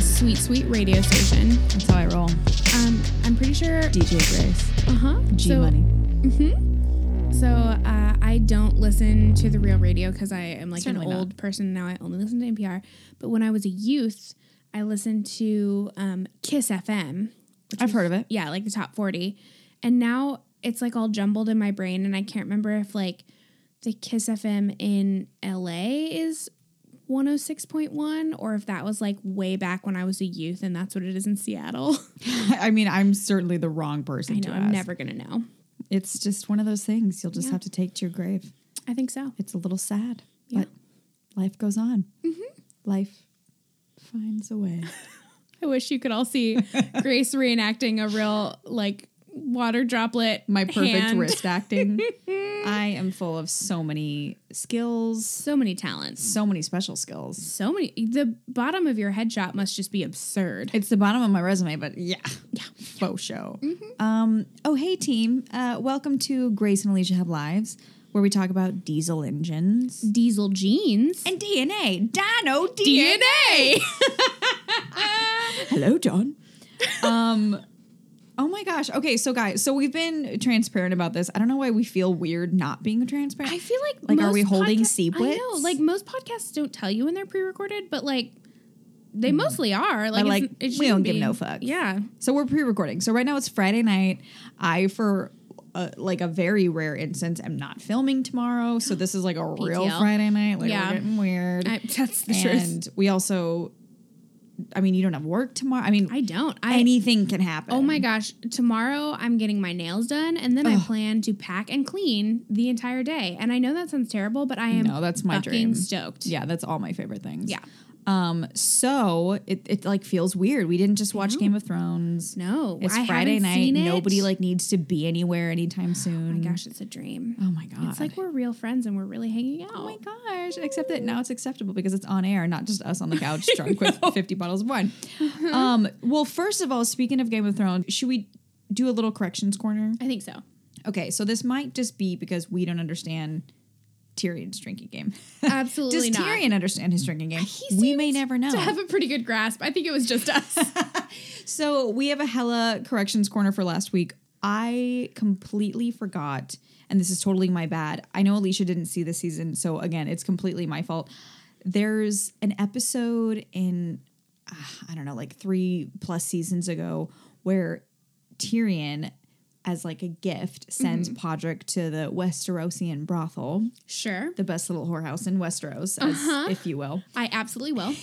sweet, sweet radio station. That's how I roll. Um, I'm pretty sure. DJ Grace. Uh huh. G Money. hmm So uh, I don't listen to the real radio because I am like Certainly an not. old person now. I only listen to NPR. But when I was a youth, I listened to um, Kiss FM. which I've was- heard of it. Yeah, like the top forty. And now it's like all jumbled in my brain, and I can't remember if like the Kiss FM in LA is. 106.1 or if that was like way back when I was a youth and that's what it is in Seattle. I mean, I'm certainly the wrong person I to know ask. I'm never going to know. It's just one of those things you'll just have to take to your grave. I think so. It's a little sad, Yeah. Mm-hmm. but life goes on. Life finds a way. I wish you could all see Grace reenacting a real like water droplet. My perfect hand. wrist acting. I am full of so many skills, So many talents. so many special skills. So many. The bottom of your headshot must just be absurd. It's the bottom of my resume, but yeah, yeah, faux show. Um, oh, hey team, uh, welcome to Grace and Alicia Have Lives, where we talk about diesel engines Diesel jeans. and DNA, Dino DNA. DNA. Hello, John. um, oh my gosh. Okay, so guys, so we've been transparent about this. I don't know why we feel weird not being transparent. I feel like Like, are most we holding podca- secrets? I know, like most podcasts don't tell you when they're pre-recorded, but like they mostly are. Hmm. Like, But, it's- like, it we shouldn't don't give be. no fucks. Yeah, So we're pre-recording. So right now it's Friday night. I for uh, like a very rare instance am not filming tomorrow. So this is like a real PTL. Friday night. Like Yeah. we're getting weird. I, that's the truth. and we also, I mean, you don't have work tomorrow. I mean, I don't. I anything can happen. Oh my gosh, tomorrow I'm getting my nails done and then I Ugh. plan to pack and clean the entire day. And I know that sounds terrible, but I am No, that's my fucking dream. stoked. Yeah, that's all my favorite things. Yeah. Um. So it it like feels weird. We didn't just watch Game of Thrones. No, It's I Friday haven't night. seen it. Nobody like needs to be anywhere anytime soon. Oh my gosh, it's a dream. Oh my god. It's like we're real friends and we're really hanging out. Oh my gosh. Except that now it's acceptable because it's on air, not just us on the couch drunk with 50 bottles of wine. Uh-huh. Um, well, first of all, speaking of Game of Thrones, should we do a little corrections corner? I think so. Okay, so this might just be because we don't understand Tyrion's drinking game. Absolutely Does not. Tyrion understand his drinking game? He we may seems never know. To have a pretty good grasp. I think it was just us. So we have a hella corrections corner for last week. I completely forgot, and this is totally my bad. I know Alicia didn't see this season, so again, it's completely my fault. There's an episode in, uh, I don't know, like three plus seasons ago where Tyrion, as like a gift, sends Podrick to the Westerosian brothel, sure. the best little whorehouse in Westeros, as, if you will I absolutely will.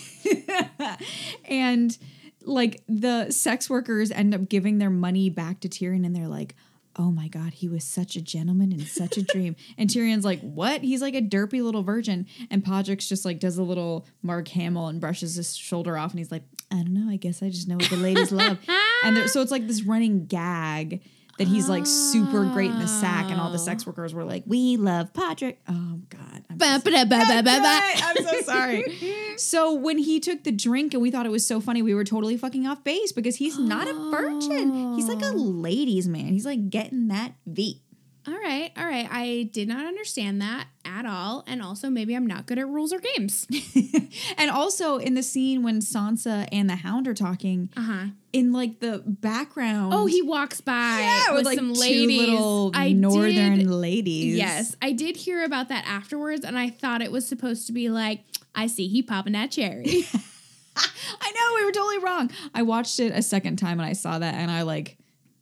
and like the sex workers end up giving their money back to Tyrion and they're like oh my god he was such a gentleman and such a dream and Tyrion's like what he's like a derpy little virgin and Podrick's just like does a little Mark Hamill and brushes his shoulder off and he's like I don't know I guess I just know what the ladies love and there- so it's like this running gag that he's like super great in the sack and all the sex workers were like we love Podrick oh god I'm Ba, ba, da, ba, ba, ba, ba. Right, I'm so sorry. so when he took the drink and we thought it was so funny, we were totally fucking off base because he's not a virgin. He's like Oh. a ladies' man. He's like getting that V. All right, all right. I did not understand that at all. And also, maybe I'm not good at rules or games. and also in the scene when Sansa and the Hound are talking, Uh huh. in like the background. Oh, he walks by yeah, with, with, like some two ladies. little I northern did, ladies. yes, I did hear about that afterwards, and I thought it was supposed to be like, I see he popping that cherry. I know we were totally wrong. I watched it a second time and I saw that and I like,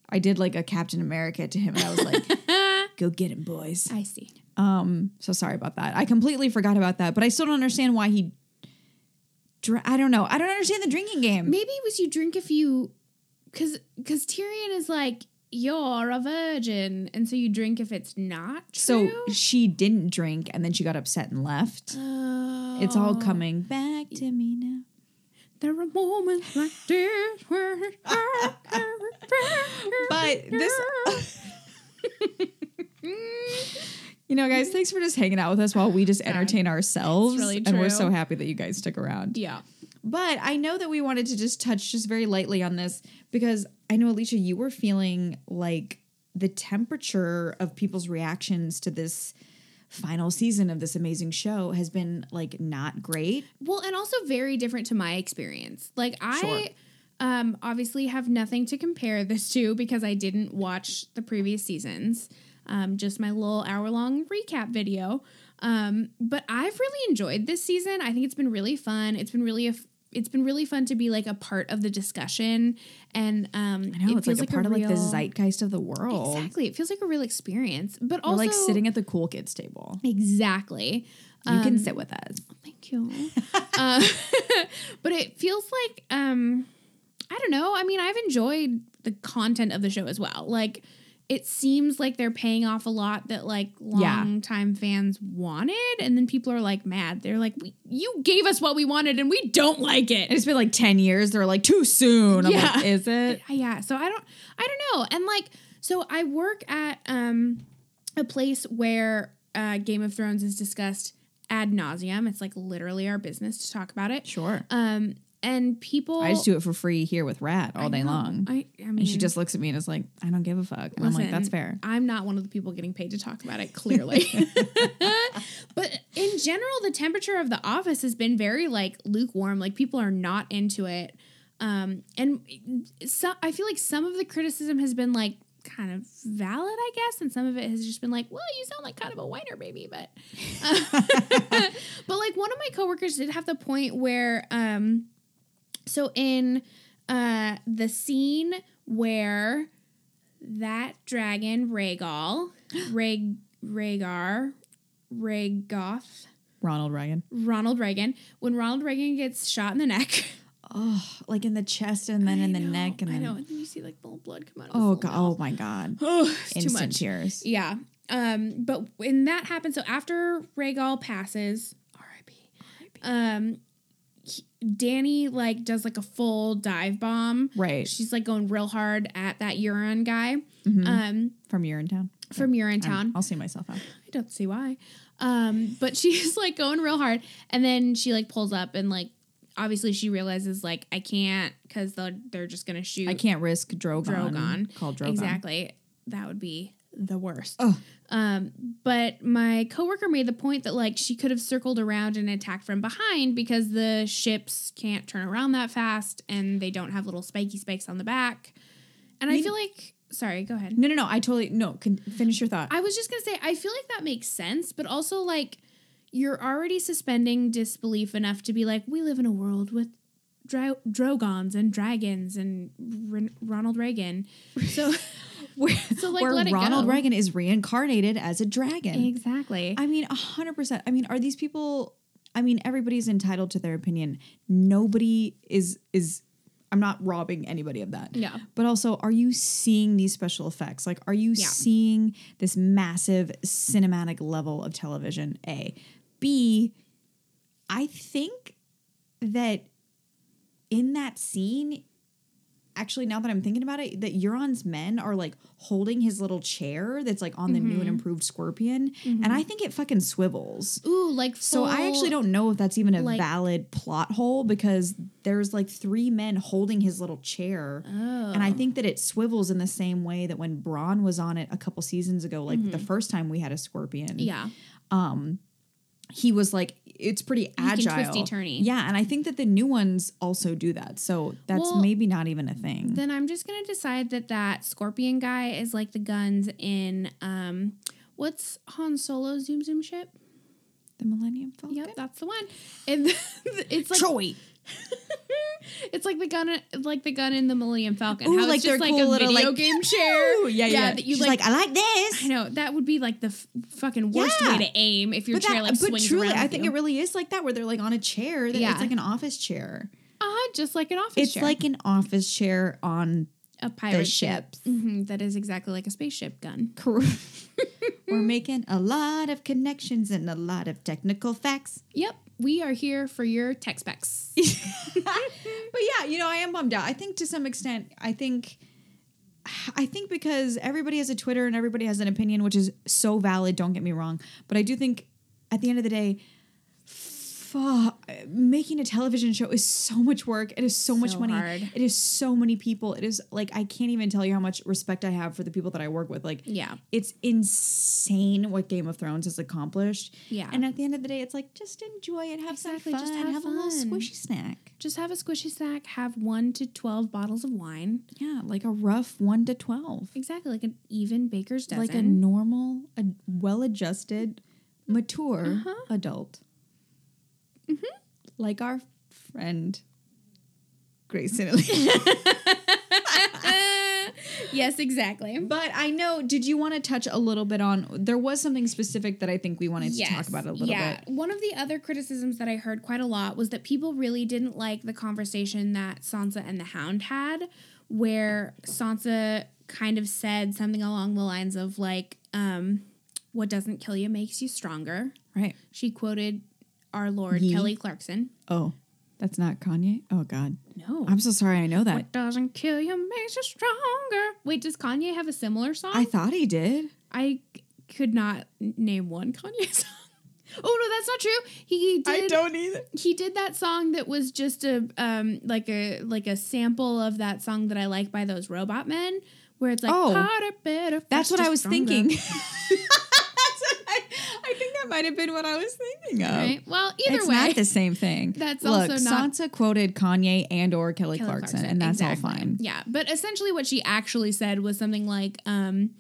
I did like a Captain America to him and I was like, "Go get him, boys." I see. Um, so sorry about that. I completely forgot about that, but I still don't understand why he. Dr- I don't know. I don't understand the drinking game. Maybe it was you drink if you, because because Tyrion is like you're a virgin, and so you drink if it's not so true. she didn't drink, and then she got upset and left. It's all coming back to me now. Oh, There are moments like this where. But this, you know, guys, thanks for just hanging out with us while we just entertain ourselves. Mm-hmm. really And we're true. so happy that you guys stick around. yeah. But I know that we wanted to just touch just very lightly on this because I know, Alicia, you were feeling like the temperature of people's reactions to this final season of this amazing show has been like not great. Well, and also very different to my experience. Like I Sure. um obviously have nothing to compare this to because I didn't watch the previous seasons. Um just my little hour-long recap video. Um but I've really enjoyed this season. I think it's been really fun. It's been really a f- it's been really fun to be like a part of the discussion and um I know it it's like feels a part of like the real- zeitgeist of the world. Exactly. It feels like a real experience, but We're also like sitting at the cool kids table. Exactly. You can sit with us. Thank you. uh, but it feels like um I don't know. I mean, I've enjoyed the content of the show as well. Like it seems like they're paying off a lot that like Yeah. long time fans wanted and then people are like mad. They're like we, you gave us what we wanted and we don't like And it. it's been like 10 years. They're like, too soon. I'm Yeah. like, is it? Yeah, so I don't I don't know. And like so I work at um a place where uh Game of Thrones is discussed ad nauseum. It's like literally our business to talk about it. Sure. Um, and people, I just do it for free here with Rat all day long. I, I mean, and she just looks at me and is like, I don't give a fuck. And I'm like, that's listen, fair. I'm not one of the people getting paid to talk about it, clearly. but in general, the temperature of the office has been very like lukewarm. Like people are not into it. Um, and so I feel like some of the criticism has been like kind of valid, I guess, and some of it has just been like, well, you sound like kind of a whiner baby, but uh, but like one of my coworkers did have the point where um so in uh the scene where that dragon Rhaegal, Rhaeg Rhaegar, Rhaegoth, Ronald Reagan. Ronald Reagan, when Ronald Reagan gets shot in the neck. Oh, like in the chest and then in the I know, neck. And I then, know, and then you see like little blood come out of his oh, little God. mouth. Oh, my God. Oh, it's too Instant much. tears. Yeah. Um, but when that happens, so after Rhaegal passes, R.I.P. Um, he- Danny like does like a full dive bomb. Right. She's like going real hard at that urine guy. Mhm. Um, From Urine Town. from Urine Town. I'll see myself out. I don't see why. Um, but she's like going real hard, and then she like pulls up and like obviously she realizes like I can't because they're they're just gonna shoot. I can't risk Drogon. Drogon. Called Drogon. Exactly. That would be the worst. Ugh. Um, but my coworker made the point that like she could have circled around and attacked from behind because the ships can't turn around that fast and they don't have little spiky spikes on the back. And I You- feel like sorry, go ahead. No, no, no. I totally, no, can, finish your thought. I was just gonna say, I feel like that makes sense, but also like you're already suspending disbelief enough to be like, we live in a world with dra- drogons and dragons and Ren- Ronald Reagan. So, so like Where let it Ronald go. Reagan is reincarnated as a dragon. Exactly. I mean, 100%. I mean, are these people I mean, everybody's entitled to their opinion. Nobody is is I'm not robbing anybody of that. Yeah. But also, are you seeing these special effects? Like are you Yeah. seeing this massive cinematic level of television? A. B. I think that in that scene actually now that i'm thinking about it that euron's men are like holding his little chair that's like on the Mm-hmm. new and improved scorpion and i think it fucking swivels Ooh, like so i full- actually don't know if that's even a like- valid plot hole because there's like three men holding his little chair oh. and i think that it swivels in the same way that when braun was on it a couple seasons ago like the first time we had a scorpion Mm-hmm. um, Yeah. he was like it's pretty can agile twisty-turny. yeah and i think that the new ones also do that so that's Well, maybe not even a thing Then I'm just gonna decide that that scorpion guy is like the guns in um, what's Han Solo Zoom Zoom ship? the millennium falcon Yep, that's the one. And it's like troy it's like the gun, like the gun in the Millennium Falcon. Ooh, How like it's their just like cool a little, video like, game chair. Ooh, yeah yeah, That you She's like, like, i like this I know that would be like the f- fucking worst Yeah. way to aim if your but, chair that, like but swings truly around. i with think you. it really is like that where they're like on a chair that Yeah. it's like an office chair uh, just like an office it's chair. like an office chair on a the pirate ship. ships Mhm, that is exactly like a spaceship gun. Correct. we're making a lot of connections and a lot of technical facts Yep, we are here for your tech specs. but yeah, you know, I am bummed out. I think to some extent, I think I think because everybody has a Twitter and everybody has an opinion, which is so valid, don't get me wrong. But I do think at the end of the day, fuck, making a television show is so much work. It is so, much So money. hard. It is so many people. It is like I can't even tell you how much respect I have for the people that I work with. Like, Yeah. it's insane what Game of Thrones has accomplished. Yeah. and at the end of the day, it's like just enjoy it, have Exactly, some fun, just have a little fun. squishy snack. Just have a squishy snack, have one to 12 bottles of wine. Yeah, like a rough one to twelve, Exactly, like an even baker's dozen. like a normal, a well-adjusted, mature Uh-huh. adult, Mm-hmm. like our friend Grace Italy. yes, exactly. But I know. Did you want to touch a little bit on? There was something specific that I think we wanted to talk about a little bit. One of the other criticisms that I heard quite a lot was that people really didn't like the conversation that Sansa and the Hound had, where Sansa kind of said something along the lines of like, um, "What doesn't kill you makes you stronger." Right. She quoted our Lord Ye. Kelly Clarkson. Oh, that's not Kanye. Oh God, No, I'm so sorry. I know that. what doesn't kill you makes you stronger. Wait, does Kanye have a similar song? I thought he did. I c- could not name one Kanye song. Oh no, that's not true. He did. either. He did that song that was just a um like a like a sample of that song that I like by those Robot Men, where it's like Oh. harder, better. That's what faster, I was stronger." thinking. that's what I, I think that might have been what I was thinking of. Right. Well, either it's way, not the same thing. That's Look, also not- Sansa quoted Kanye and or Kelly, Kelly Clarkson, and that's Exactly. all fine. Yeah, but essentially what she actually said was something like, um,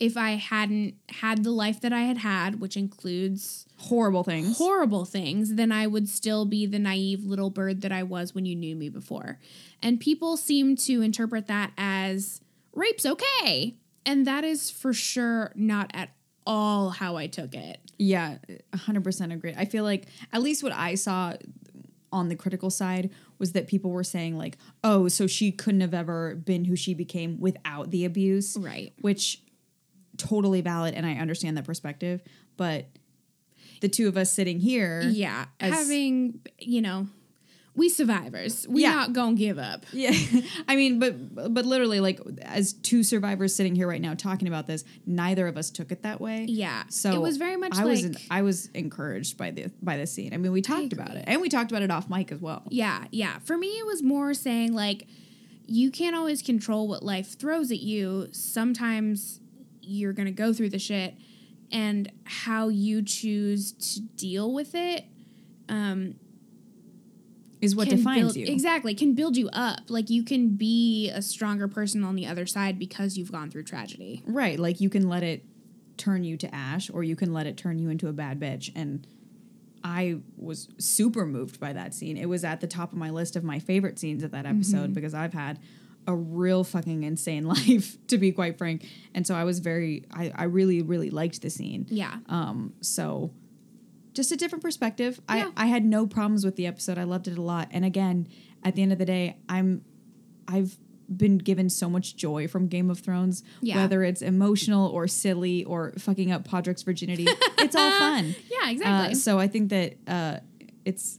"If I hadn't had the life that I had had, which includes." Horrible things. horrible things, then I would still be the naive little bird that I was when you knew me before. And people seem to interpret that as rape's okay. And that is for sure not at all how I took it. Yeah, 100% agree. I feel like at least what I saw on the critical side was that people were saying like, "Oh, so she couldn't have ever been who she became without the abuse." Right. Which totally valid and I understand that perspective, but the two of us sitting here, Yeah. As- having, you know, we survivors, we Yeah. not gonna give up. Yeah. I mean, but but literally like as two survivors sitting here right now talking about this, neither of us took it that way. Yeah. So it was very much I like was I was encouraged by the by the scene. I mean, we talked about it. And we talked about it off mic as well. Yeah, yeah. For me, it was more saying like, you can't always control what life throws at you. Sometimes you're gonna go through the shit, and how you choose to deal with it. Um, Is what can defines build- you. exactly can build you up. Like you can be a stronger person on the other side because you've gone through tragedy. Right. Like you can let it turn you to ash or you can let it turn you into a bad bitch. And I was super moved by that scene. It was at the top of my list of my favorite scenes of that Mm-hmm. episode because I've had a real fucking insane life, to be quite frank. And so I was very I, I really, really liked the scene. Yeah, Um, so just a different perspective. Yeah. I, I had no problems with the episode. I loved it a lot. And again, at the end of the day, I'm I've been given so much joy from Game of Thrones, Yeah. whether it's emotional or silly or fucking up Podrick's virginity. it's all fun. yeah, Uh, exactly. so I think that uh, it's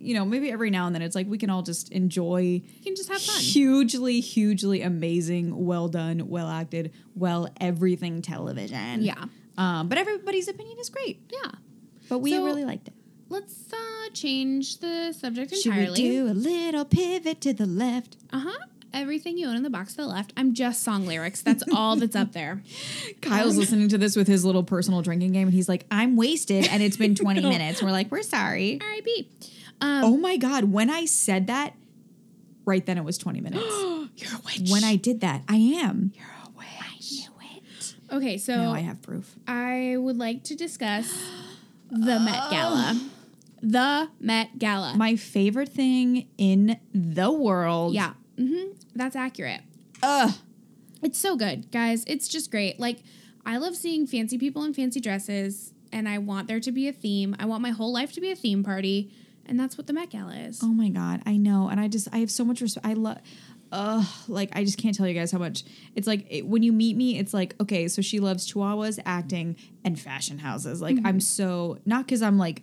you know, maybe every now and then it's like we can all just enjoy you can just have fun. hugely, hugely amazing, well done, well acted, well everything television. Yeah. Um, but everybody's opinion is great. Yeah, But we So- really liked it. let's uh, change the subject Should entirely. we do a little pivot to the left? Uh huh. Everything you own in the box to the left. I'm just song lyrics. That's all that's up there. Kyle's listening to this with his little personal drinking game, and he's like, "I'm wasted, and it's been 20 minutes." We're like, "We're sorry." R.I.P. Um, Oh my god! When I said that, right then it was 20 minutes. you're a witch. when I did that, I am. you're a witch. I knew it. Okay, so Now I I, have proof. would like to discuss the Met Gala. The Met Gala. My favorite thing in the world. yeah. hmm That's accurate. Ugh. It's so good, guys. It's just great. Like, I love seeing fancy people in fancy dresses, and I want there to be a theme. I want my whole life to be a theme party, and that's what the Met Gala is. Oh my god, I know, and I just I have so much respect. I love, ugh, like I just can't tell you guys how much it's like it, when you meet me. It's like okay, so she loves chihuahuas, acting, and fashion houses. Like Mm-hmm. I'm so not because I'm like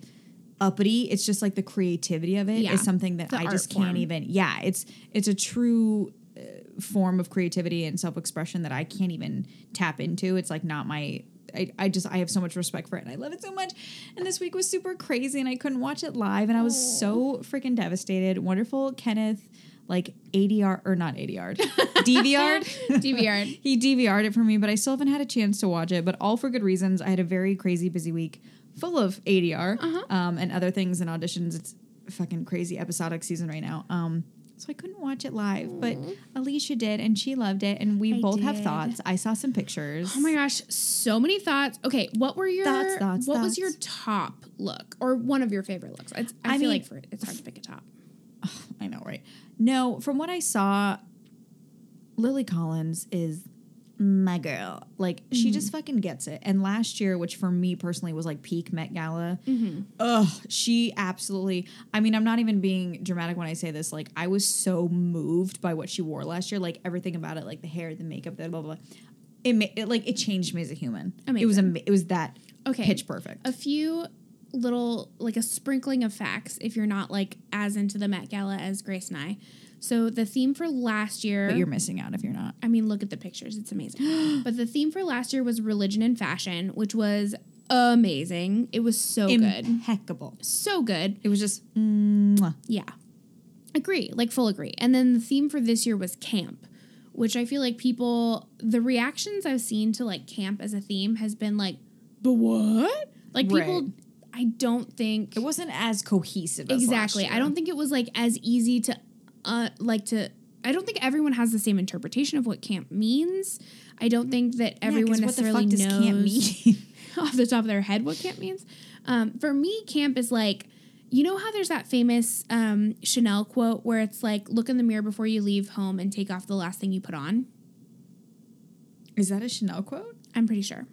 uppity. It's just like the creativity of it is Yeah. something that The I art just form. can't even. Yeah, it's it's a true uh, form of creativity and self expression that I can't even tap into. It's like not my I, I just I have so much respect for it and I love it so much. And this week was super crazy and I couldn't watch it live and I was so freaking devastated. Wonderful Kenneth like ADR or not ADR DVR DVR. he DVR'd it for me, but I still haven't had a chance to watch it. But all for good reasons. I had a very crazy, busy week full of ADR Uh-huh. um, and other things and auditions. It's fucking crazy episodic season right now. Um, so I couldn't watch it live, but Alicia did, and she loved it. And we I both have did. thoughts. I saw some pictures. Oh my gosh, so many thoughts. Okay, what were your Thoughts, thoughts, what was thoughts. your top look or one of your favorite looks? It's, I I, feel mean- like for it's hard to pick a top. I know, right? No, from what I saw, Lily Collins is my girl. Like Mm-hmm. she just fucking gets it. And last year, which for me personally was like peak Met Gala, Mm-hmm. ugh, she absolutely. I mean, I'm not even being dramatic when I say this. Like I was so moved by what she wore last year. Like everything about it, like the hair, the makeup, the blah blah. blah. It, ma- it like it changed me as a human. It was ama- it was that Okay. pitch perfect. a few little like a sprinkling of facts if you're not like as into the Met Gala as Grace and I. So the theme for last year But you're missing out if you're not. I mean look at the pictures, it's amazing. but the theme for last year was religion and fashion, which was amazing. It was so Oh, good. Impeccable. So good. It was just. Mwah. Yeah. Agree, like full agree. And then the theme for this year was camp, which I feel like people the reactions I've seen to like camp as a theme has been like, the what? Like people Right. I don't think It wasn't as cohesive. As exactly. I don't think it was like as easy to, uh, like to. I don't think everyone has the same interpretation of what camp means. I don't think that everyone necessarily knows mean? off the top of their head what camp means. Um, for me, camp is like, you know how there's that famous um, Chanel quote where it's like, look in the mirror before you leave home and take off the last thing you put on? Is that a Chanel quote? I'm pretty sure.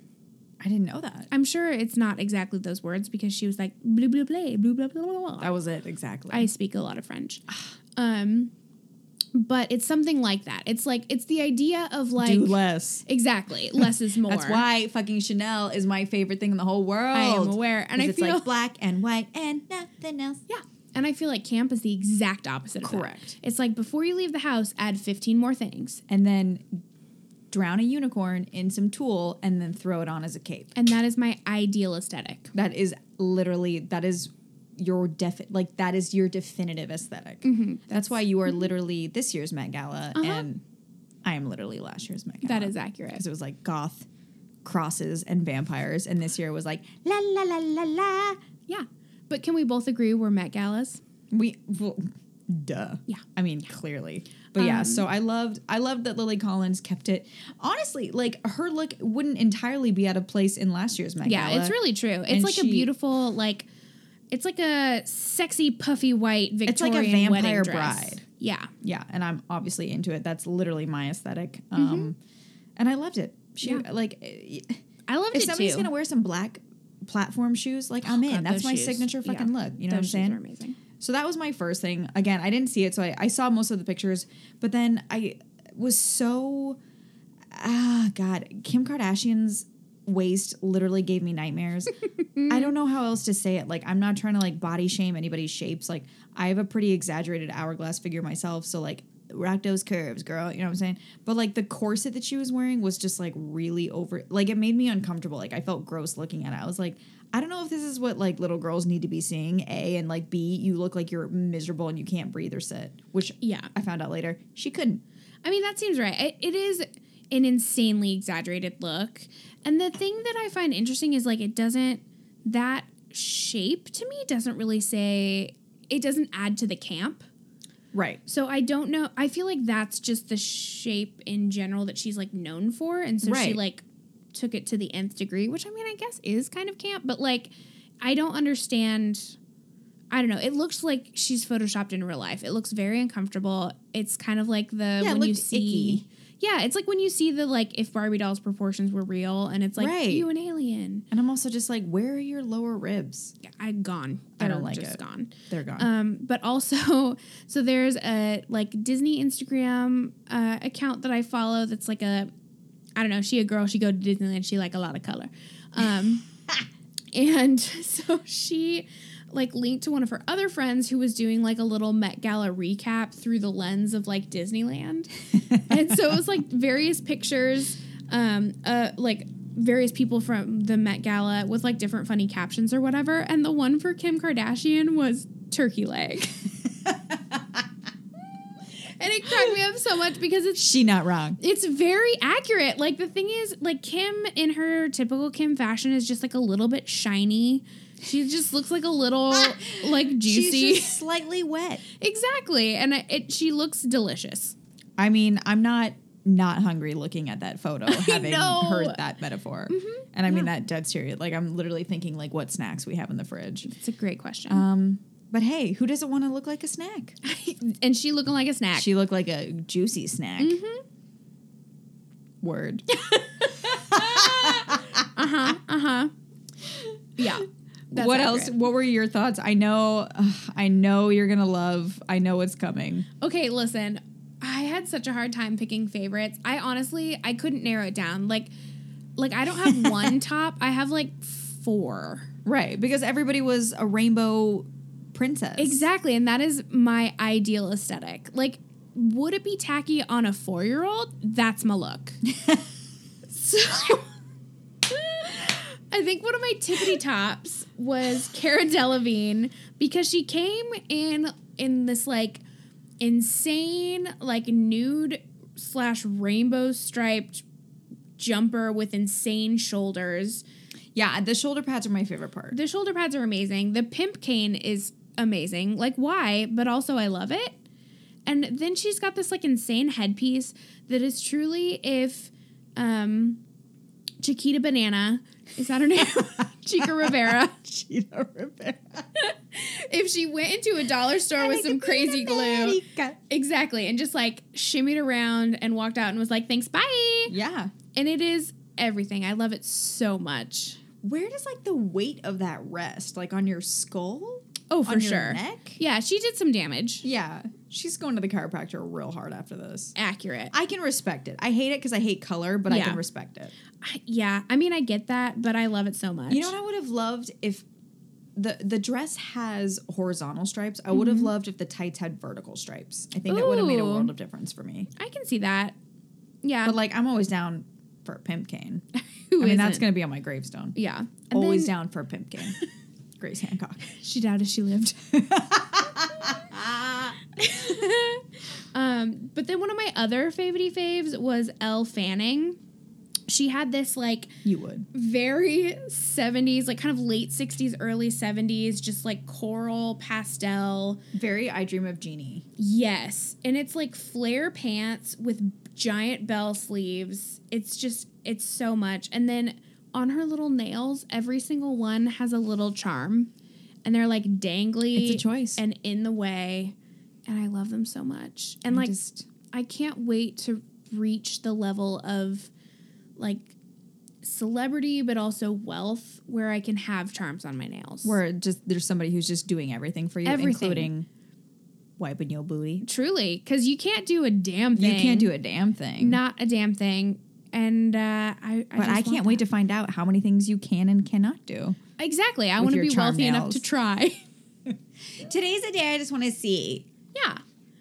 I didn't know that. I'm sure it's not exactly those words because she was like, blah, blah, blah, blah, blah, blah, blah. That was it exactly. I speak a lot of French. Um, but it's something like that. It's like, it's the idea of like, do less. exactly, less is more. That's why fucking Chanel is my favorite thing in the whole world. I am aware. And 'Cause I it's feel like black and white and nothing else. Yeah. And I feel like camp is the exact opposite of that. Correct. It's like before you leave the house, add 15 more things. And then drown a unicorn in some tulle and then throw it on as a cape. And that is my ideal aesthetic. That is literally that is your defi- like that is your definitive esthetic Mm-hmm. That's why you are literally this year's Met Gala and I am literally last year's Met Gala. Uh-huh. That is because accurate. it was like goth crosses and vampires and this year was like la la la la la Yeah. But can we both agree we're Met Galas? we well, duh Yeah. Um, i mean clearly but yeah so i loved i loved that lily collins kept it honestly like her look wouldn't entirely be out of place in last year's Met Yeah, Gala. it's really true. It's And like a she- beautiful, like, it's like a sexy, puffy white Victorian like a wedding vampire dress. bride. Yeah. yeah and i'm obviously into it that's literally my aesthetic um and i loved it she Mm-hmm. Yeah. like eh, I loved if it somebody's too. Oh, gonna wear some black platform shoes like i'm in God, that's those my shoes. signature Yeah. fucking look you know what Those i'm shoes saying are amazing. So that was my first thing. Again, I didn't see it, so I, I saw most of the pictures, but then I was so ah god, Kim Kardashian's waist literally gave me nightmares. I don't know how else to say it. Like I'm not trying to like body shame anybody's shapes. Like I have a pretty exaggerated hourglass figure myself, so like rock those curves, girl, you know what I'm saying? But like the corset that she was wearing was just like really over like it made me uncomfortable. Like I felt gross looking at it. I was like I don't know if this is what like little girls need to be seeing. A and like B, you look like you're miserable and you can't breathe or sit, which Yeah. I found out later she couldn't. I mean, that seems right. It, it is an insanely exaggerated look. And the thing that I find interesting is like it doesn't, that shape to me doesn't really say, it doesn't add to the camp. Right. So I don't know. I feel like that's just the shape in general that she's like known for. And so she Right. like took it to the nth degree, which I mean, I guess is kind of camp, but like I don't understand. I don't know. It looks like she's photoshopped in real life. It looks very uncomfortable. It's kind of like the it when you looked see. Yeah, it's like when you see the like if Barbie doll's proportions were real and it's like Right. you an alien. And I'm also just like, where are your lower ribs? I gone. I don't They're like just it. gone. They're gone. Um, but also, so there's a like Disney Instagram uh, account that I follow that's like a, I don't know, she a girl, she go to Disneyland, she like a lot of color. Um, and so she like linked to one of her other friends who was doing like a little Met Gala recap through the lens of like Disneyland. and so it was like various pictures, um, uh, like various people from the Met Gala with like different funny captions or whatever. And the one for Kim Kardashian was turkey leg. and it cracked me up so much because it's She not wrong. it's very accurate. Like the thing is, like Kim in her typical Kim fashion is just like a little bit shiny. She just looks like a little like juicy. She's just slightly wet. exactly. And it, it she looks delicious. I mean, I'm not not hungry looking at that photo, having know. heard that metaphor. And I mean that dead serious. Like I'm literally thinking like what snacks we have in the fridge. It's a great question. Um, but hey, who doesn't want to look like a snack? and she looking like a snack. Mm-hmm. She looked like a juicy snack. Word. Uh-huh, yeah. That's what accurate. else? What were your thoughts? I know, ugh, I know you're gonna love. I know what's coming. Okay, listen. I had such a hard time picking favorites. I honestly I couldn't narrow it down. Like like I don't have one top. I have like four. Right, because everybody was a rainbow princess. Exactly, and that is my ideal aesthetic. Like, would it be tacky on a four year old? That's my look. so, I think one of my tippity tops was Cara Delevingne because she came in in this like insane like nude slash rainbow striped jumper with insane shoulders. Yeah, the shoulder pads are my favorite part. The shoulder pads are amazing. The pimp cane is amazing. Like, why? But also, I love it. And then she's got this like insane headpiece that is truly if um, Chiquita Banana is that her name? Chica Rivera. Cheetah Rivera If she went into a dollar store with some crazy glue, exactly, and just like shimmied around and walked out and was like, "Thanks, bye." Yeah. And it is everything. I love it so much. Where does like the weight of that rest? Like on your skull? Oh, for on your sure. neck? Yeah, she did some damage. Yeah. She's going to the chiropractor real hard after this. Accurate. I can respect it. I hate it because I hate color, but I Yeah. can respect it. I- yeah, I mean, I get that, but I love it so much. You know what I would have loved if the the dress has horizontal stripes. I would have loved if the tights had vertical stripes. I think that would have made a Ooh. world of difference for me. I can see that. Yeah, But like I'm always down for a pimp cane. I who mean that's isn't? gonna be on my gravestone. Yeah, and always then down for a pimp cane. Grace Hancock. She doubted she lived. um, but then one of my other favorite faves was Elle Fanning. She had this like You would. very 70s, like kind of late 60s, early 70s, just like coral pastel. Very I Dream of Jeannie. Yes. And it's like flare pants with giant bell sleeves. It's just, it's so much. And then on her little nails, every single one has a little charm. And they're like dangly. It's a choice. And in the way. And I love them so much. And like, just I can't wait to reach the level of like celebrity, but also wealth where I can have charms on my nails. where just there's somebody who's just doing everything for you, Everything. including wiping your booty. Truly, because you can't do a damn thing. You can't do a damn thing. not a damn thing. And uh, I, I but I can't wait to find out how many things you can and cannot do. to exactly. I with want to your be charm wealthy enough nails. to try. Today's a day I just want to see. yeah,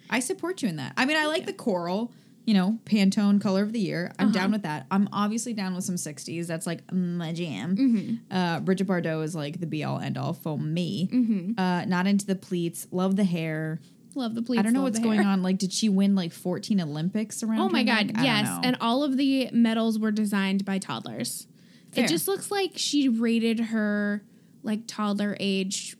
I support you in that. I mean, I like the coral, you know, Pantone color of the year. Uh-huh. I'm down with that. I'm obviously down with some 60s. That's like my jam. Mm-hmm. Uh, Bridget Bardot is like the be all end all for me. Mm-hmm. Uh, not into the pleats. Love the hair. love the pleats. I don't know love what's the going hair. on. Like, did she win like 14 Olympics around? Oh my her neck? god, I don't yes! know. And all of the medals were designed by toddlers. Fair. It just looks like she rated her like toddler age.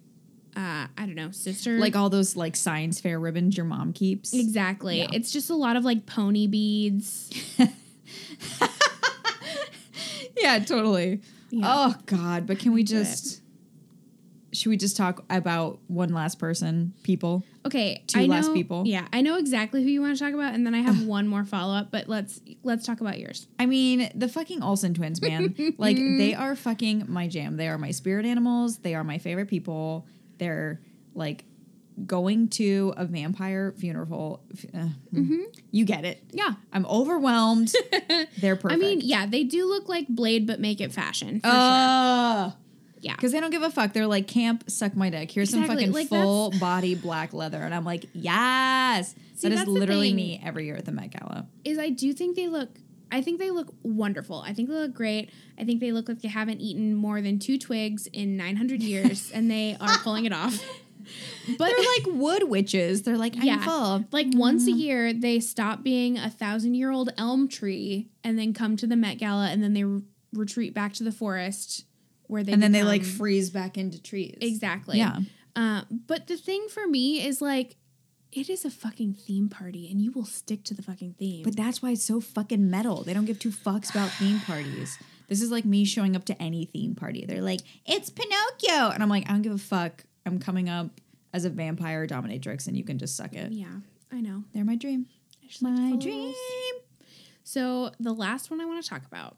Uh, I don't know, sister. like all those like science fair ribbons your mom keeps. exactly. It's just a lot of like pony beads. Yeah, totally. Yeah. Oh God! But can we Into it. just? Should we just talk about one last person, people? Okay, Two I last know- people. Yeah, I know exactly who you want to talk about, and then I have one more follow up. But let's let's talk about yours. I mean, the fucking Olsen twins, man. like they are fucking my jam. They are my spirit animals. They are my favorite people. They're like going to a vampire funeral. f- uh, You get it. Mm-hmm. Yeah, I'm overwhelmed. They're perfect. Uh, I mean, yeah, they do look like Blade, but make it fashion. For sure. Ugh. Yeah. Because they don't give a fuck. They're like, camp, suck my dick. Here's some Exactly, fucking like, that's- full body black leather. And I'm like, yes. that is that's the literally thing. me every year at the Met Gala. Is I do think they look I think they look wonderful. I think they look great. I think they look like they haven't eaten more than two twigs in 900 years, and they are pulling it off. But They're like wood witches. They're like, I'm Yeah. full. like once Mm. a year, they stop being a thousand year old elm tree and then come to the Met Gala, and then they re- retreat back to the forest where they And then they like become- freeze back into trees. exactly Yeah. Uh, but the thing for me is like, it is a fucking theme party, and you will stick to the fucking theme. But that's why it's so fucking metal. They don't give two fucks about theme parties. This is like me showing up to any theme party. They're like, it's Pinocchio. And I'm like, I don't give a fuck. I'm coming up as a vampire dominatrix and you can just suck it. yeah, I know. They're my dream. I just like to My follow dream. rules. So the last one I want to talk about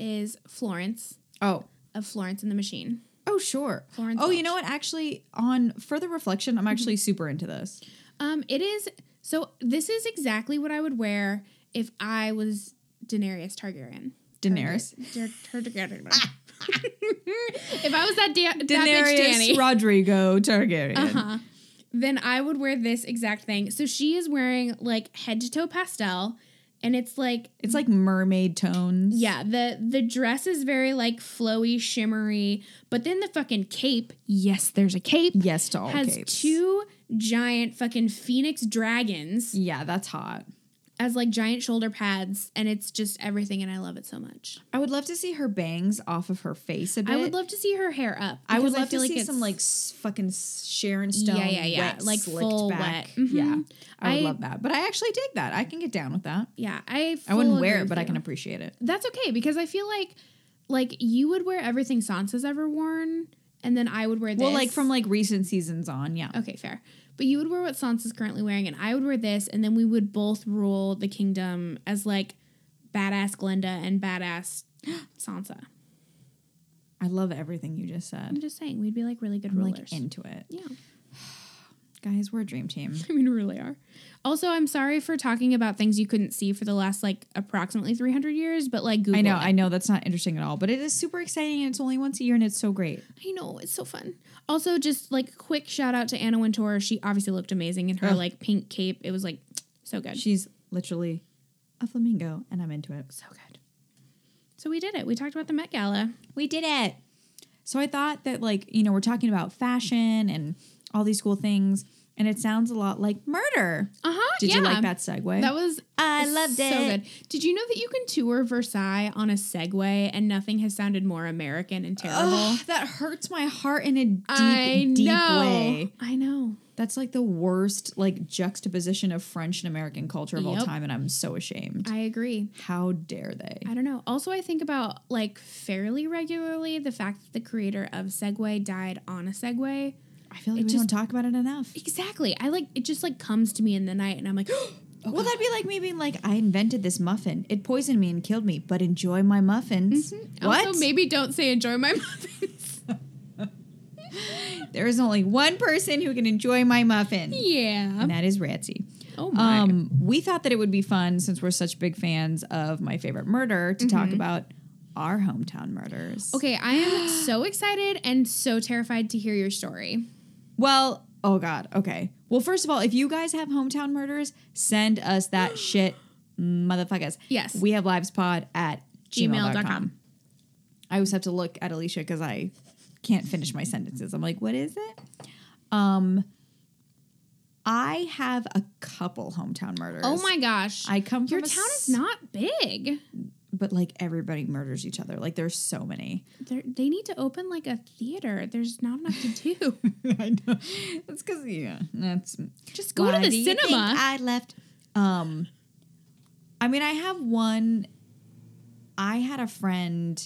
is Florence Oh. of Florence and the Machine. Oh, sure. Florence oh, you Welch. know what? Actually, on further reflection, I'm actually super into this. Um, it is so. This is exactly what I would wear if I was Daenerys Targaryen. Daenerys. Targaryen. if I was that, da- that bitch Danny, Daenerys Rodrigo Targaryen. Uh-huh. Then I would wear this exact thing. So she is wearing like head to toe pastel and it's like It's like mermaid tones. yeah, the the dress is very like flowy, shimmery, but then the fucking cape, yes, there's a cape, Yes to all has capes. two giant fucking phoenix dragons Yeah, that's hot. as like giant shoulder pads and it's just everything and I love it so much. I would love to see her bangs off of her face a bit. I would love to see her hair up. I would because love to feel see it's- some like s- fucking s- Sharon Stone, Yeah, yeah, yeah. wet, Like, slicked full back. wet. Mhm. Yeah, I would I- love that. But I actually dig that. I can get down with that. yeah, I I wouldn't full wear agree it, with but I you. can appreciate it. That's okay because I feel like like you would wear everything Sansa's ever worn, and then I would wear this. Well, like from like recent seasons on, yeah. okay, fair. But you would wear what Sansa's currently wearing, and I would wear this, and then we would both rule the kingdom as like badass Glinda and badass Sansa. I love everything you just I'm said. just saying we'd be like really good I'm rulers. like into it, yeah, guys. We're a dream team. I mean, we really are. Also, I'm sorry for talking about things you couldn't see for the last like approximately 300 years, but like Google. I know, it. I know that's not interesting at all, but it is super exciting and it's only once a year and it's so great. I know it's so fun. Also, just like quick shout out to Anna Wintour. She obviously looked amazing in her Ugh. like pink cape. It was like so good, She's literally a flamingo and I'm into it. so good. So we did it. We talked about the Met Gala. We did it. So I thought that, like, you know, we're talking about fashion and all these cool things, and it sounds a lot like murder. Uh huh. Did you like Oh, that segue? That was I loved so it. good. Did you know that you can tour Versailles on a Segway and nothing has sounded more American and terrible? Ugh, that hurts my heart in a deep, I deep know. way. I know. That's like the worst, like, juxtaposition of French and American culture of all Yep. time, and I'm so ashamed. I agree. How dare they? I don't know. Also, I think about like fairly regularly the fact that the creator of Segway died on a Segway. I feel like It we just- don't talk about it enough. Exactly. I like it just like comes to me in the night and I'm like, well, that'd be like me being like, I invented this muffin. It poisoned me and killed me, but enjoy my muffins. What? Also, maybe don't say enjoy my muffins. there is only one person who can enjoy my muffin. yeah. and that is Ratsy. Oh my. Um, we thought that it would be fun since we're such big fans of My Favorite Murder to talk about our hometown murders. Mm-hmm. okay, I am so excited and so terrified to hear your story. Well, oh God. Okay. Well, first of all, if you guys have hometown murders, send us that shit, motherfuckers. Yes. We have livespod at Gmail.com. gmail.com. I always have to look at Alicia because I can't finish my sentences. I'm like, what is it? Um, I have a couple hometown murders. Oh my gosh. I come from your a town s- is not big. but like everybody murders each other. Like there's so many. They're, they need to open like a theater. There's not enough to do. I know. That's because yeah, that's Just go Why to do the you think cinema. I left. Um, I mean, I have one. I had a friend.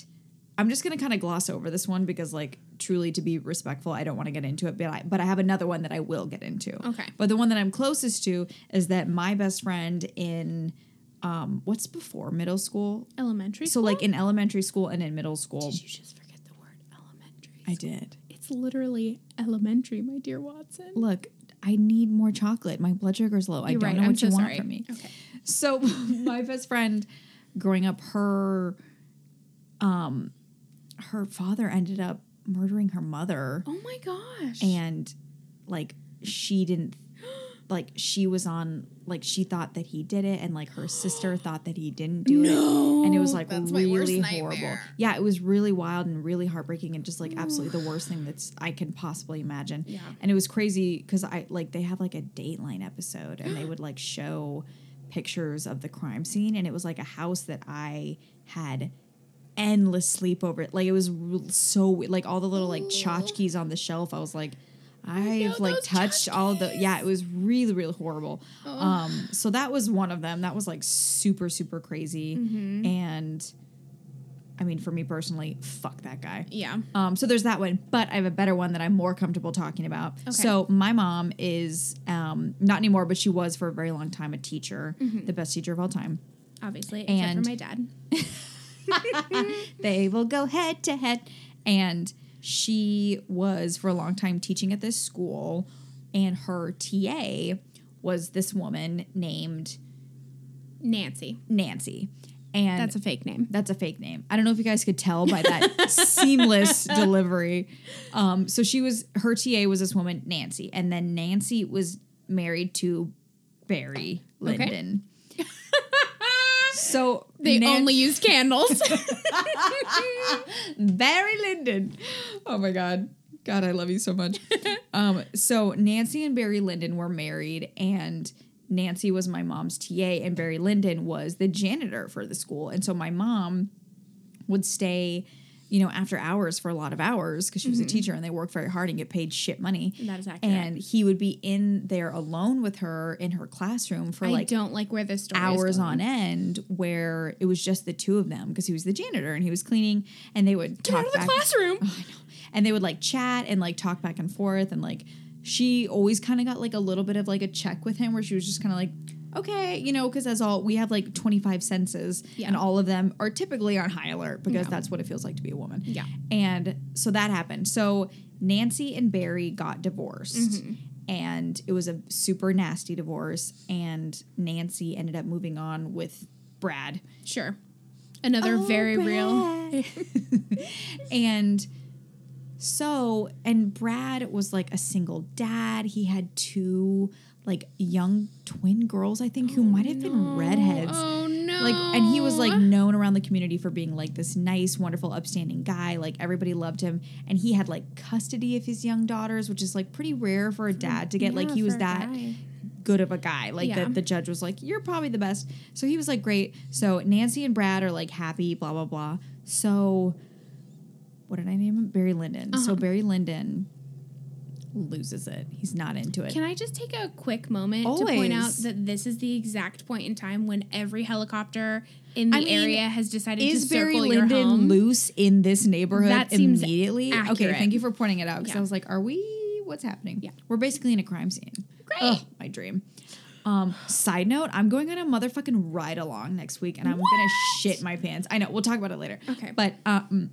I'm just gonna kind of gloss over this one because, like, truly to be respectful, I don't want to get into it. But I, but I have another one that I will get into. Okay. But the one that I'm closest to is that my best friend in, um, what's before middle school? elementary. So school? like in elementary school and in middle school. did you just forget the word elementary? I did. it's literally elementary, my dear Watson. look, I need more chocolate. My blood sugar's low. I You're don't right. know I'm what so you want sorry. from me. Okay. So my best friend growing up, her um her father ended up murdering her mother Oh my gosh. and like she didn't like she was on like she thought that he did it and like her sister thought that he didn't do it and it was like That's my worst really horrible nightmare. yeah it was really wild and really heartbreaking and just like absolutely the worst thing that's i can possibly imagine Yeah. and it was crazy because i like they have like a dateline episode and they would like show pictures of the crime scene and it was like a house that i had endless sleepover like it was r- so we- like all the little like tchotchkes on the shelf i was like I've like those touched all the yeah, it was really really horrible. Um so that was one of them. That was like super super crazy and I mean for me personally, fuck that guy. Yeah. Um, so there's that one, but I have a better one that I'm more comfortable talking about. So my mom is um, not anymore, but she was for a very long time a teacher, the best teacher of all time. Obviously. except And- for my dad. they will go head to head. And she was for a long time teaching at this school, and her TA was this woman named Nancy. Nancy. And That's a fake name. That's a fake name. I don't know if you guys could tell by that seamless delivery. Um, so she was her TA was this woman Nancy, and then Nancy was married to Barry Lyndon. so They Nan- only use candles. Barry Lyndon. Oh my God. God, I love you so much. um, so Nancy and Barry Lyndon were married, and Nancy was my mom's TA, and Barry Lyndon was the janitor for the school. And so my mom would stay, you know, after hours for a lot of hours because she was a teacher and they work very hard and get paid shit money. Mm-hmm. That is accurate. And he would be in there alone with her in her classroom for I like don't like where this story hours is going. on end where it was just the two of them because he was the janitor and he was cleaning and they would Get talk out of the back classroom. I know. and they would like chat and like talk back and forth and like she always kind of got like a little bit of like a check with him where she was just kind of like okay you know because as all we have like 25 senses Yeah. and all of them are typically on high alert because that's what it feels like to be a woman Yeah. and so that happened so nancy and barry got divorced Mm-hmm. and it was a super nasty divorce and nancy ended up moving on with brad Sure. Oh, Another very real. and so, and Brad was like a single dad. He had two like young twin girls, I think, who might have been redheads. Oh no. Like, and he was like known around the community for being like this nice, wonderful, upstanding guy. Like, everybody loved him. And he had like custody of his young daughters, which is like pretty rare for a dad to get. like, Yeah, he was for a that guy. good of a guy. Like Yeah. that the judge was like, You're probably the best. So he was like, Great. So Nancy and Brad are like happy, blah, blah, blah. So what did I name him? Barry Lyndon. Uh-huh. So Barry Lyndon loses it. He's not into it. Can I just take a quick moment to point out Always. that this is the exact point in time when every helicopter in the I mean, area has decided to is Barry circle your Lyndon home. loose in this neighborhood That seems immediately? Okay, accurate. thank you for pointing it out because Yeah. I was like, Are we what's happening? Yeah. We're basically in a crime scene. Great. Ugh, my dream. Um, side note, I'm going on a motherfucking ride along next week and I'm gonna shit my pants. I know, we'll talk about it later. Okay. But um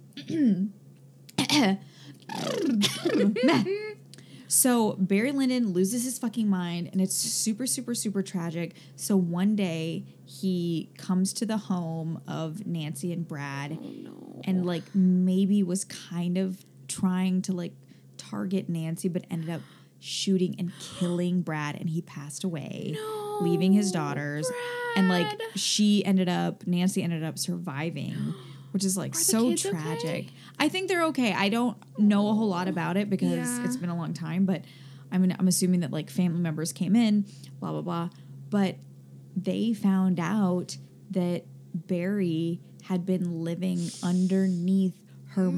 so Barry Lyndon loses his fucking mind and it's super, super, super tragic. So one day he comes to the home of Nancy and Brad Oh, and like maybe was kind of trying to like target Nancy, but ended up shooting and killing Brad, and he passed away, leaving his daughters. And like Brad. she ended up, Nancy ended up surviving, which is like the so kids okay? tragic. I think they're okay. I don't know a whole lot about it because Yeah. it's been a long time, but I mean, I'm assuming that like family members came in, blah, blah, blah. But they found out that Barry had been living underneath her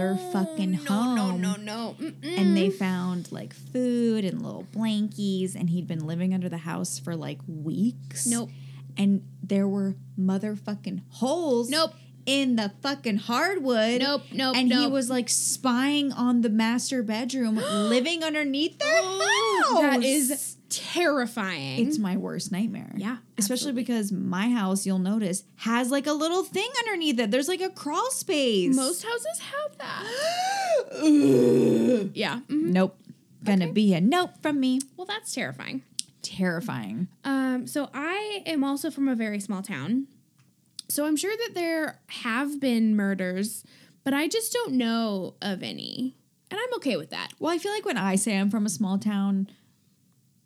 motherfucking home. No, no, no. Mm-mm. And Mm. they found like food and little blankies, and he'd been living under the house for like weeks. Nope. And there were motherfucking holes. Nope. In the fucking hardwood. Nope, nope, And he nope. was like spying on the master bedroom, living underneath their house. Oh, That is terrifying. It's my worst nightmare. Yeah, Especially because my house, you'll notice, has like a little thing underneath it. There's like a crawl space. Most houses have that. yeah. mhm. Nope. Gonna be a nope from me. Well, that's terrifying. Terrifying. Um, so I am also from a very small town. So I'm sure that there have been murders, but I just don't know of any. And I'm okay with that. Well, I feel like when I say I'm from a small town,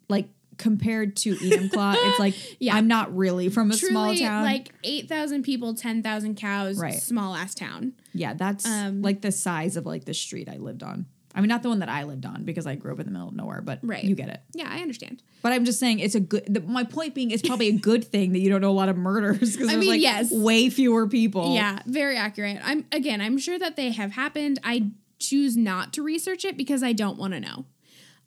like compared to Enumclaw, it's like Yeah. I'm not really from a Truly, small town. like eight thousand people, ten thousand cows, Right. small ass town. yeah, that's um, like the size of like the street I lived on. I mean, not the one that I lived on because I grew up in the middle of nowhere, but Right. you get it. Yeah, I understand. But I'm just saying it's a good. The, my point being, it's probably a good thing that you don't know a lot of murders because I there's mean, like yes. way fewer people. Yeah, very accurate. I'm again, I'm sure that they have happened. I choose not to research it because I don't want to know.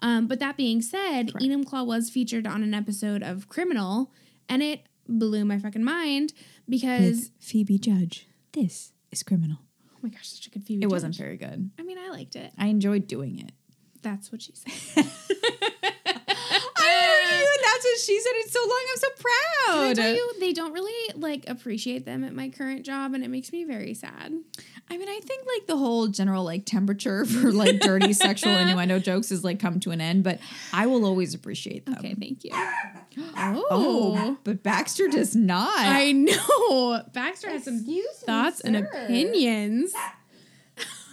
Um, but that being said, Enumclaw was featured on an episode of Criminal, and it blew my fucking mind because Phoebe Judge. This is criminal. oh my gosh, such a good Phoebe. It wasn't Judge. very good. I mean, I liked it. I enjoyed doing it. That's what she said. that's what she said. It's so long. I'm so proud. Did I tell you they don't really like appreciate them at my current job, and it makes me very sad. I mean, I think like the whole general like temperature for like dirty sexual innuendo jokes is like come to an end, but I will always appreciate them. Okay, thank you. Oh, Oh, but Baxter does not. I know. Baxter has some Excuse me, thoughts and sir. opinions.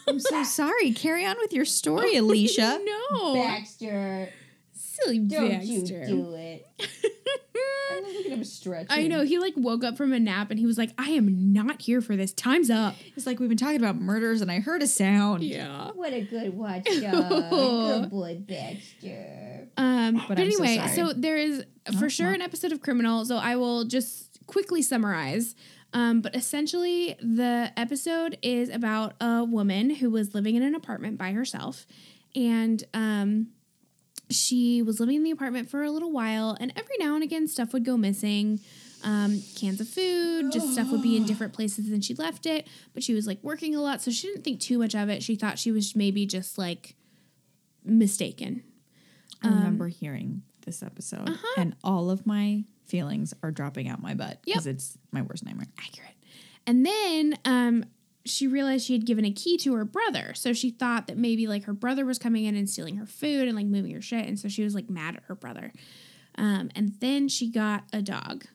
I'm so sorry. Carry on with your story, Alicia. Oh, no, Baxter, silly Baxter. it. look at him stretching. I know he like woke up from a nap and he was like, "I am not here for this. Time's up." It's like we've been talking about murders, and I heard a sound. Yeah. What a good watchdog. good boy, Baxter. Um, But but, I'm so anyway, sorry. Uh-huh. so, there is for sure an episode of Criminal. So I will just quickly summarize. Um, but essentially, the episode is about a woman who was living in an apartment by herself, and um, she was living in the apartment for a little while. And every now and again, stuff would go missing. Um, cans of food, just stuff would be in different places than she left it. But she was like working a lot, so she didn't think too much of it. She thought she was maybe just like mistaken Um, I remember hearing this episode, Uh-huh. and all of my feelings are dropping out my butt because it's my worst nightmare. accurate. And then um, she realized she had given a key to her brother. So she thought that maybe like her brother was coming in and stealing her food and like moving her shit. And so she was like mad at her brother. Um, and then she got a dog.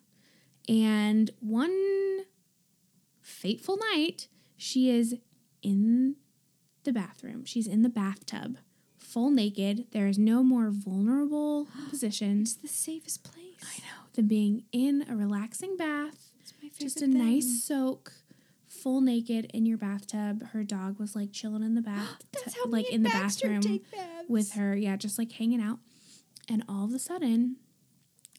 And one fateful night, she is in the bathroom. She's in the bathtub, full naked. There is no more vulnerable position the safest place. I know. than being in a relaxing bath My just a favorite thing. nice soak, full naked in your bathtub. Her dog was like chilling in the bath, That's how like me in and the Baxter bathroom take baths. with her. Yeah, just like hanging out. And all of a sudden,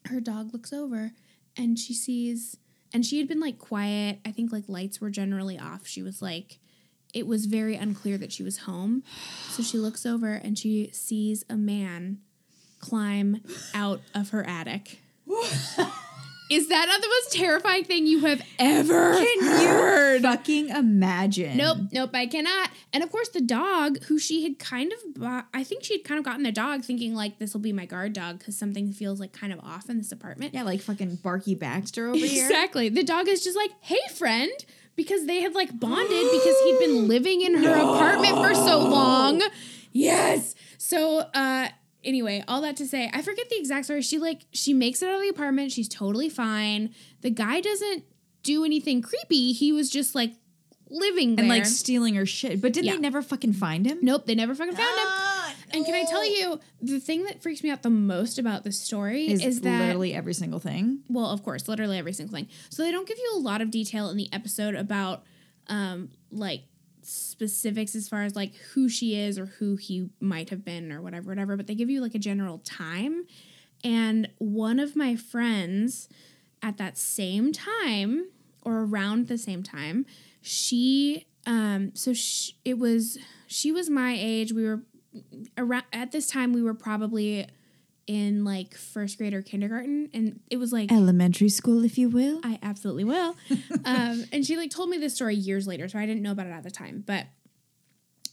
her dog looks over and she sees, and she had been like quiet. I think like lights were generally off. She was like, it was very unclear that she was home. So she looks over and she sees a man climb out of her attic. Is that not the most terrifying thing you have ever Can you fucking imagine? Nope, nope, I cannot. And of course, the dog who she had kind of bought, I think she had kind of gotten the dog thinking, like, this will be my guard dog because something feels like kind of off in this apartment. Yeah, like fucking Barky Baxter over here. Exactly. The dog is just like, hey, friend, because they had like bonded because he'd been living in her apartment for so long. Yes. So, uh, anyway, all that to say, I forget the exact story. She like, she makes it out of the apartment. She's totally fine. The guy doesn't do anything creepy. He was just like living there. And like stealing her shit. But did Yeah. they never fucking find him? nope, they never fucking found him. And can I tell you the thing that freaks me out the most about this story Is, is, that literally every single thing. well, of course, literally every single thing. So they don't give you a lot of detail in the episode about um like specifics as far as like who she is or who he might have been or whatever whatever, but they give you like a general time. And one of my friends at that same time or around the same time, she um so sh it was she was my age. We were around at this time we were probably in like first grade or kindergarten and it was like Elementary school, if you will. I absolutely will. um, and she like told me this story years later, so I didn't know about it at the time. But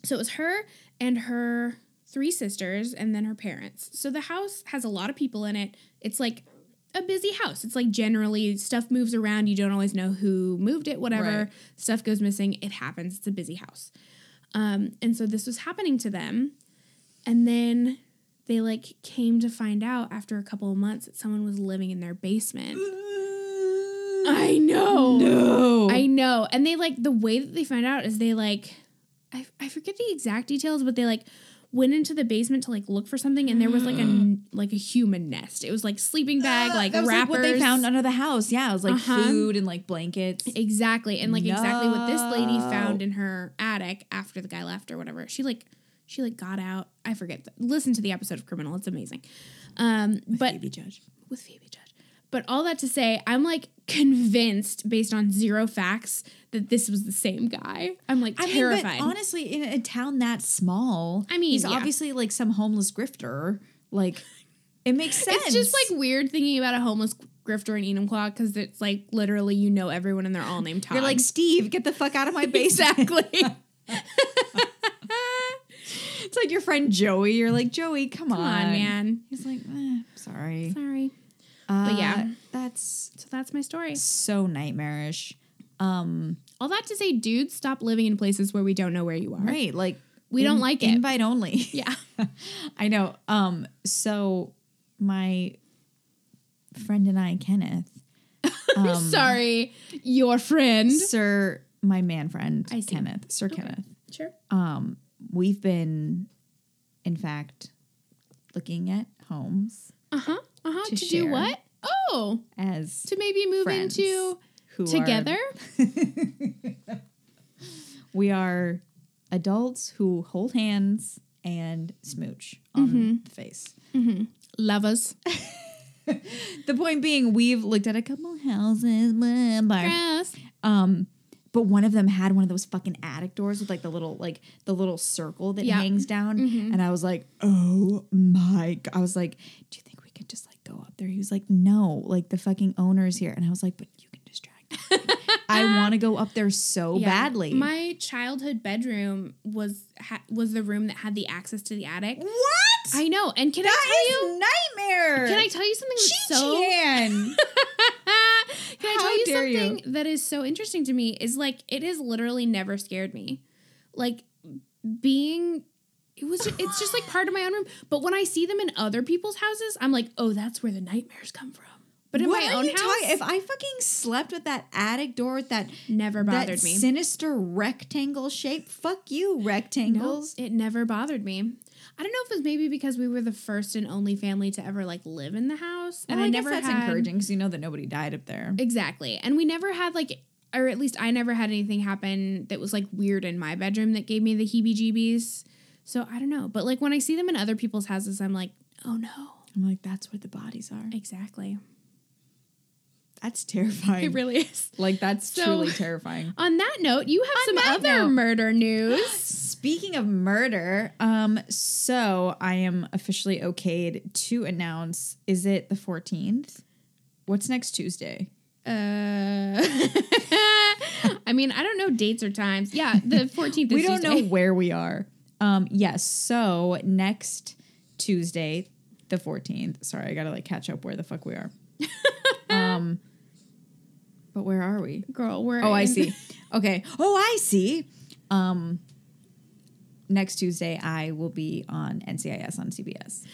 so it was her and her three sisters, and then her parents. So the house has a lot of people in it. It's like a busy house. It's like generally stuff moves around. You don't always know who moved it. Whatever Right. stuff goes missing, it happens. It's a busy house. Um, and so this was happening to them, and then. They like came to find out after a couple of months that someone was living in their basement. I know. no. I know. And they like the way that they found out is they like I, I forget the exact details, but they like went into the basement to like look for something, and there was like a n- like a human nest. It was like sleeping bag, like that was wrappers. what they found under the house. Yeah, it was like Uh-huh. food and like blankets. Exactly. And like exactly what this lady No. found in her attic after the guy left or whatever. She like she like got out. I forget. the- Listen to the episode of Criminal. It's amazing. Um but Baby judge. with Phoebe Judge. But all that to say, I'm like convinced based on zero facts that this was the same guy. I'm like I mean, terrified. but honestly, in a town that small, I mean, he's yeah. obviously like some homeless grifter. Like, it makes sense. it's just like weird thinking about a homeless grifter in Enumclaw because it's like literally you know everyone and they're all named Todd. you're like Steve, get the fuck out of my basement. exactly. it's like your friend Joey. You're like Joey, come, Come on, man. He's like, eh, sorry. Sorry. Uh, yeah. that's So that's my story. so nightmarish. Um, All that to say, dudes, stop living in places where we don't know where you are. right? Like, We don't like it. Invite only. Yeah. I know. Um, so my friend and I, Kenneth, um, Sorry, your friend. Sir, my man friend, I see. Kenneth, Sir Kenneth. Sure. Um, we've been, in fact, looking at homes Uh huh. Uh huh. To To, do share. what? Oh, as to maybe move Friends. into who are- together. we are adults who hold hands and smooch on Mm-hmm. the face. Lovers. The point being, we've looked at a couple houses, blah, blah, Gross. Um, but one of them had one of those fucking attic doors with like the little like the little circle that Yeah. Mm-hmm. hangs down, and I was like, oh my! God. I was like, do you think we could just like go up there? He was like, no, like the fucking owner's here, and I was like, but you can distract. me. I want to go up there so Yeah. badly. My childhood bedroom was ha- was the room that had the access to the attic. what? I know. And can I tell you? nightmare. Can I tell you something that's so Chi-Chian. Can I How tell you dare you. something that is so interesting to me is like it has literally never scared me. Like being it was ju- it's just like part of my own room. But when I see them in other people's houses, I'm like, oh, that's where the nightmares come from. But in What my are own you house, talking- If I fucking slept with that attic door with that never bothered that me. sinister rectangle shape. Fuck you, No, rectangles. it never bothered me. I don't know if it was maybe because we were the first and only family to ever like live in the house, and Well, Oh, I, guess never had because you know that nobody died up there. Exactly. And we never had like or at least I never had anything happen that was like weird in my bedroom that gave me the heebie-jeebies. So I don't know, but like when I see them in other people's houses I'm like, "Oh no." I'm like, that's where the bodies are. Exactly. That's terrifying. It really is. like that's So- truly terrifying. On that note, you have some that other note- murder news. Speaking of murder, um, so I am officially okayed to announce. Is it the 14th? What's next Tuesday? uh I mean, I don't know dates or times. Yeah, the 14th is we don't Tuesday. know where we are. Um, yes. So next Tuesday, the 14th. Sorry, I gotta like catch up where the fuck we are. um, but where are we? Girl, we're Oh, I in- see. Okay. Oh, I see. Um, next Tuesday I will be on NCIS on CBS.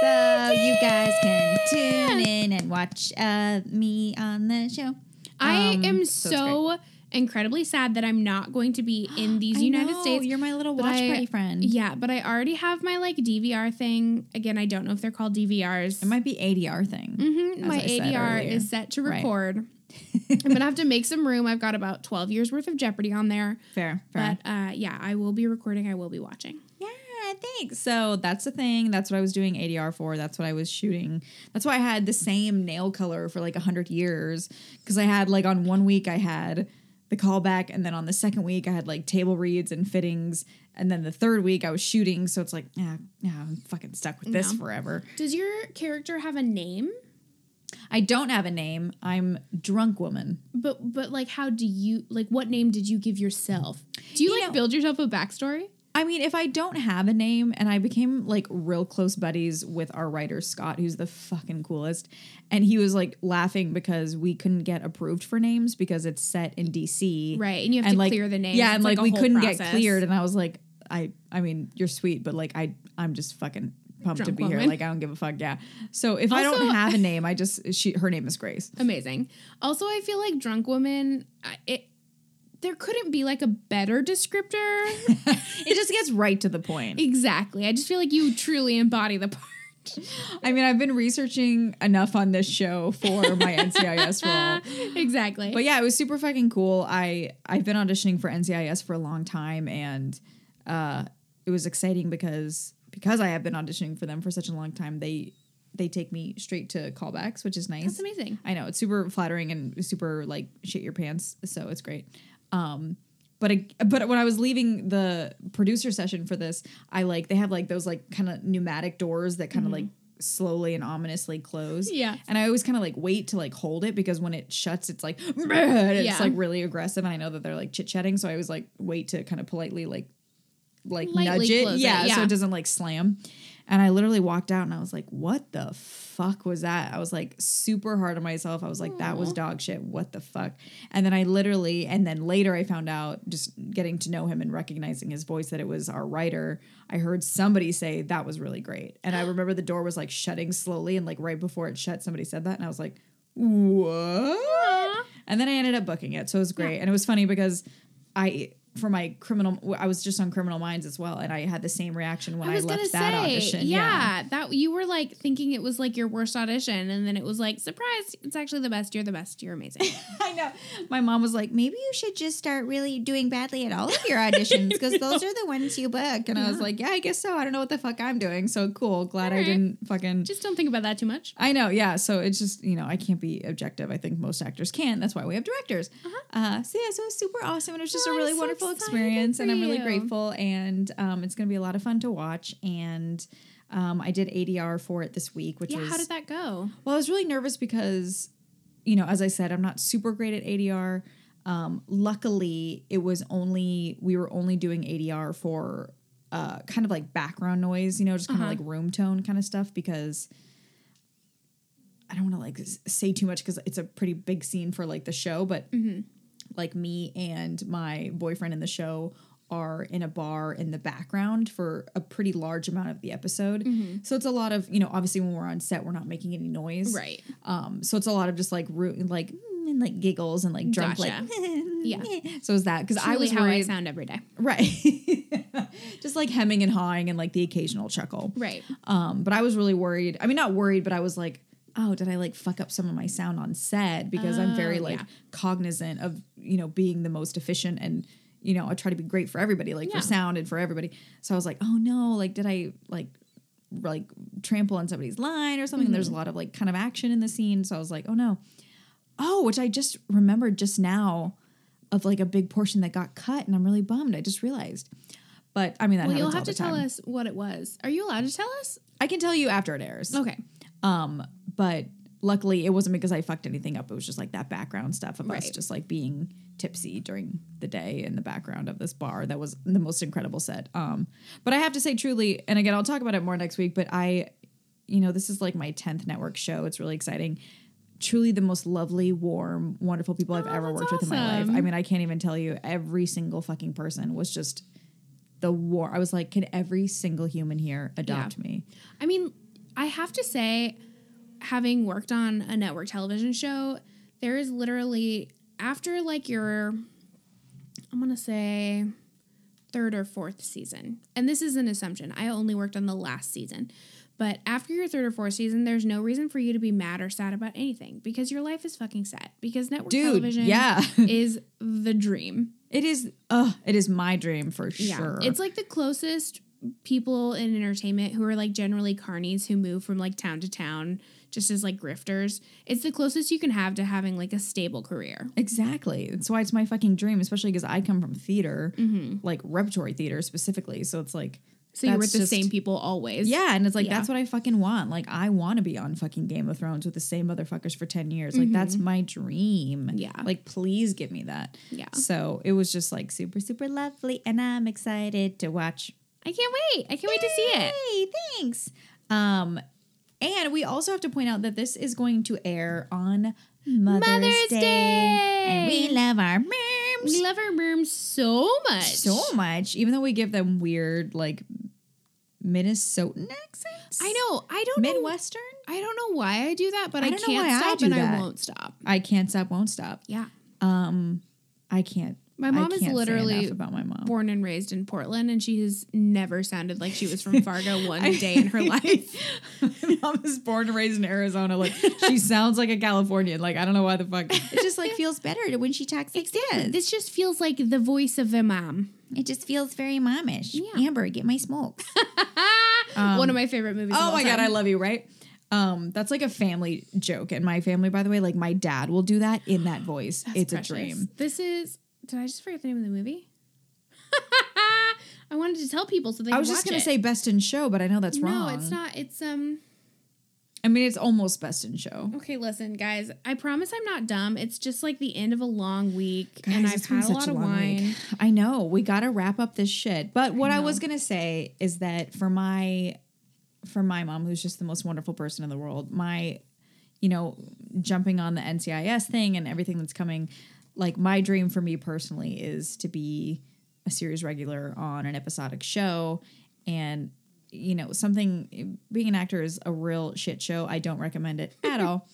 So you guys can tune in and watch uh, me on the show. I Um, am so so, it's incredibly sad that I'm not going to be in these I United know, States. You're my little but watch I- party friend. Yeah, but I already have my like DVR thing. Again, I don't know if they're called DVRs. It might be ADR thing. Mhm, as my I said ADR earlier. is set to Right. record. I'm gonna have to make some room. I've got about 12 years worth of Jeopardy on there. Fair, fair. But uh, yeah, I will be recording. I will be watching. yeah, thanks. So that's the thing. That's what I was doing ADR for. That's what I was shooting. That's why I had the same nail color for like a hundred years. Because I had like on one week I had the callback, and then on the second week I had like table reads and fittings, and then the third week I was shooting. So it's like, yeah, yeah, I'm fucking stuck with this No. forever. Does your character have a name? I don't have a name. I'm drunk woman. But but like, how do you like? What name did you give yourself? Do you, You like know- build yourself a backstory? I mean, if I don't have a name, and I became like real close buddies with our writer Scott, who's the fucking coolest, and he was like laughing because we couldn't get approved for names because it's set in DC, Right, and you have and to like clear the name. Yeah, It's, and like, a we whole couldn't get process. cleared, and I was like, I, I mean, you're sweet, but like I, I'm just fucking pumped to Drunk be here. woman. Like I don't give a fuck. Yeah. So if I don't Also- have a name, I just she her name is Grace. Amazing. Also, I feel like drunk woman. I- uh, It there couldn't be like a better descriptor. It just gets right to the point. exactly. I just feel like you truly embody the part. I mean, I've been researching enough on this show for my NCIS role. exactly. But yeah, it was super fucking cool. I I've been auditioning for NCIS for a long time, and uh, it was exciting because because I have been auditioning for them for such a long time. They they take me straight to callbacks, which is nice. That's amazing. I know it's super flattering and super like shit your pants, so it's great. Um, but I, but when I was leaving the producer session for this, I like they have like those like kind of pneumatic doors that kind of like slowly and ominously close. Mm-hmm. Yeah. and I always kind of like wait to like hold it because when it shuts, it's like and it's Yeah. like really aggressive. And I know that they're like chit chatting, so I was like wait to kind of politely like like Lightly nudge it. close it, Yeah, so yeah. it doesn't like slam. And I literally walked out and I was like, what the fuck was that? I was like super hard on myself. I was like, that was dog shit. What the fuck? And then I literally, and then later I found out, just getting to know him and recognizing his voice, that it was our writer. I heard somebody say, that was really great. And I remember the door was like shutting slowly. And like right before it shut, somebody said that. And I was like, what? Aw. And then I ended up booking it. So it was great. And it was funny because I, for my criminal, I was just on Criminal Minds as well. And I had the same reaction when I, I was left gonna that say, audition. yeah, that you were like thinking it was like your worst audition, and then it was like, surprise, it's actually the best. You're the best. You're amazing. I know. My mom was like, maybe you should just start really doing badly at all of your auditions because those are the ones you book. And I was like, yeah, I guess so. I don't know what the fuck I'm doing. So cool. Glad I Alright. didn't fucking. Just don't think about that too much. I know, yeah. So it's just you know I can't be objective. I think most actors can. That's why we have directors. uh so yeah, so it was super awesome, and it was just Uh-huh. Oh, a I'm really so wonderful excited experience, and for I'm really you. grateful. And um, it's gonna be a lot of fun to watch. And um, I did ADR for it this week, which Yeah, was how did that go? well, I was really nervous because, you know, as I said, I'm not super great at ADR. Um, luckily, it was only we were only doing ADR for uh, kind of like background noise, you know, just kind Uh-huh. of like room tone kind of stuff because I don't want to like s- say too much because it's a pretty big scene for like the show, but Mm-hmm. like me and my boyfriend in the show are in a bar in the background for a pretty large amount of the episode. Mm-hmm. So it's a lot of, you know, obviously when we're on set, we're not making any noise. Right. Um, so it's a lot of just like root and like, mm, and like giggles and like drunk, Gotcha. like, Yeah. So is that, cause I Truly was how I worried, sound every day. right. just like hemming and hawing and like the occasional chuckle. Right. Um, but I was really worried. I mean, not worried, but I was like, oh, did I like fuck up some of my sound on set? Because I'm very Oh, like yeah. cognizant of, you know, being the most efficient and, you know, I try to be great for everybody, like Yeah. for sound and for everybody. So I was like, oh no, like did I like like trample on somebody's line or something? And Mm-hmm. There's a lot of like kind of action in the scene. So I was like, oh no. Oh, which I just remembered just now of like a big portion that got cut and I'm really bummed. I just realized. But I mean that Well, happens you'll all have the to tell time. us what it was. Are you allowed to tell us? I can tell you after it airs. Okay. Um, but luckily it wasn't because I fucked anything up. It was just like that background stuff of us Right. just like being tipsy during the day in the background of this bar. That was the most incredible set. Um, but I have to say truly, and again, I'll talk about it more next week, but I, you know, this is like my 10th network show. It's really exciting. Truly the most lovely, warm, wonderful people I've Oh, ever that's worked with in my life. awesome. I mean, I can't even tell you every single fucking person was just the war. I was like, can every single human here adopt me? I mean, I have to say, having worked on a network television show, there is literally after like your, I'm gonna say, third or fourth season, and this is an assumption. I only worked on the last season. But after your third or fourth season, there's no reason for you to be mad or sad about anything because your life is fucking set. Because network Dude, television yeah. is the dream. It is. Uh, it is my dream for Yeah. sure. It's like the closest people in entertainment who are like generally carnies who move from like town to town just as like grifters. It's the closest you can have to having like a stable career. exactly. That's why it's my fucking dream, especially because I come from theater, Mm-hmm. like repertory theater specifically. So it's like. So you're with that's the just- same people always. Yeah, and it's like Yeah. that's what I fucking want. Like I want to be on fucking Game of Thrones with the same motherfuckers for 10 years. Like that's my dream. Mm-hmm. Yeah. Like please give me that. Yeah. So it was just like super super lovely and I'm excited to watch I can't wait. I can't wait to see it. Hey, thanks. Um, and we also have to point out that this is going to air on Mother's, Mother's Day. Day. and we love our We moms love our merms so much. so much, even though we give them weird like Minnesotan accents. I know. I don't know. Midwestern. I don't know why I do that, but I I, don't know can't why I stop do and that. I won't stop. I can't stop, won't stop. Yeah. Um, I can't. My mom I is can't say literally enough about my mom. born and raised in Portland, and she has never sounded like she was from Fargo one day in her life. my mom is born and raised in Arizona. Like she sounds like a Californian. Like I don't know why the fuck. It just like feels better when she talks like this. This just feels like the voice of a mom. It just feels very momish. Yeah. Amber, get my smokes. one of Um, my favorite movies. of Oh all my god, time. I love you. Right. Um, that's like a family joke in my family, by the way. Like my dad will do that in that voice. it's Precious. a dream. This is. Did I just forget the name of the movie? I wanted to tell people so they. I could was just watch gonna it. say best in show, but I know that's No, wrong. it's not. It's um. I mean, it's almost best in show. Okay, listen, guys. I promise I'm not dumb. It's just like the end of a long week, Guys, and I've it's been had a such lot of long wine. week. I know. We got to wrap up this shit. But what I, know. was going to say is that for my for my mom who's just the most wonderful person in the world, my you know, jumping on the NCIS thing and everything that's coming, like my dream for me personally is to be a series regular on an episodic show and you know, something being an actor is a real shit show. I don't recommend it at all.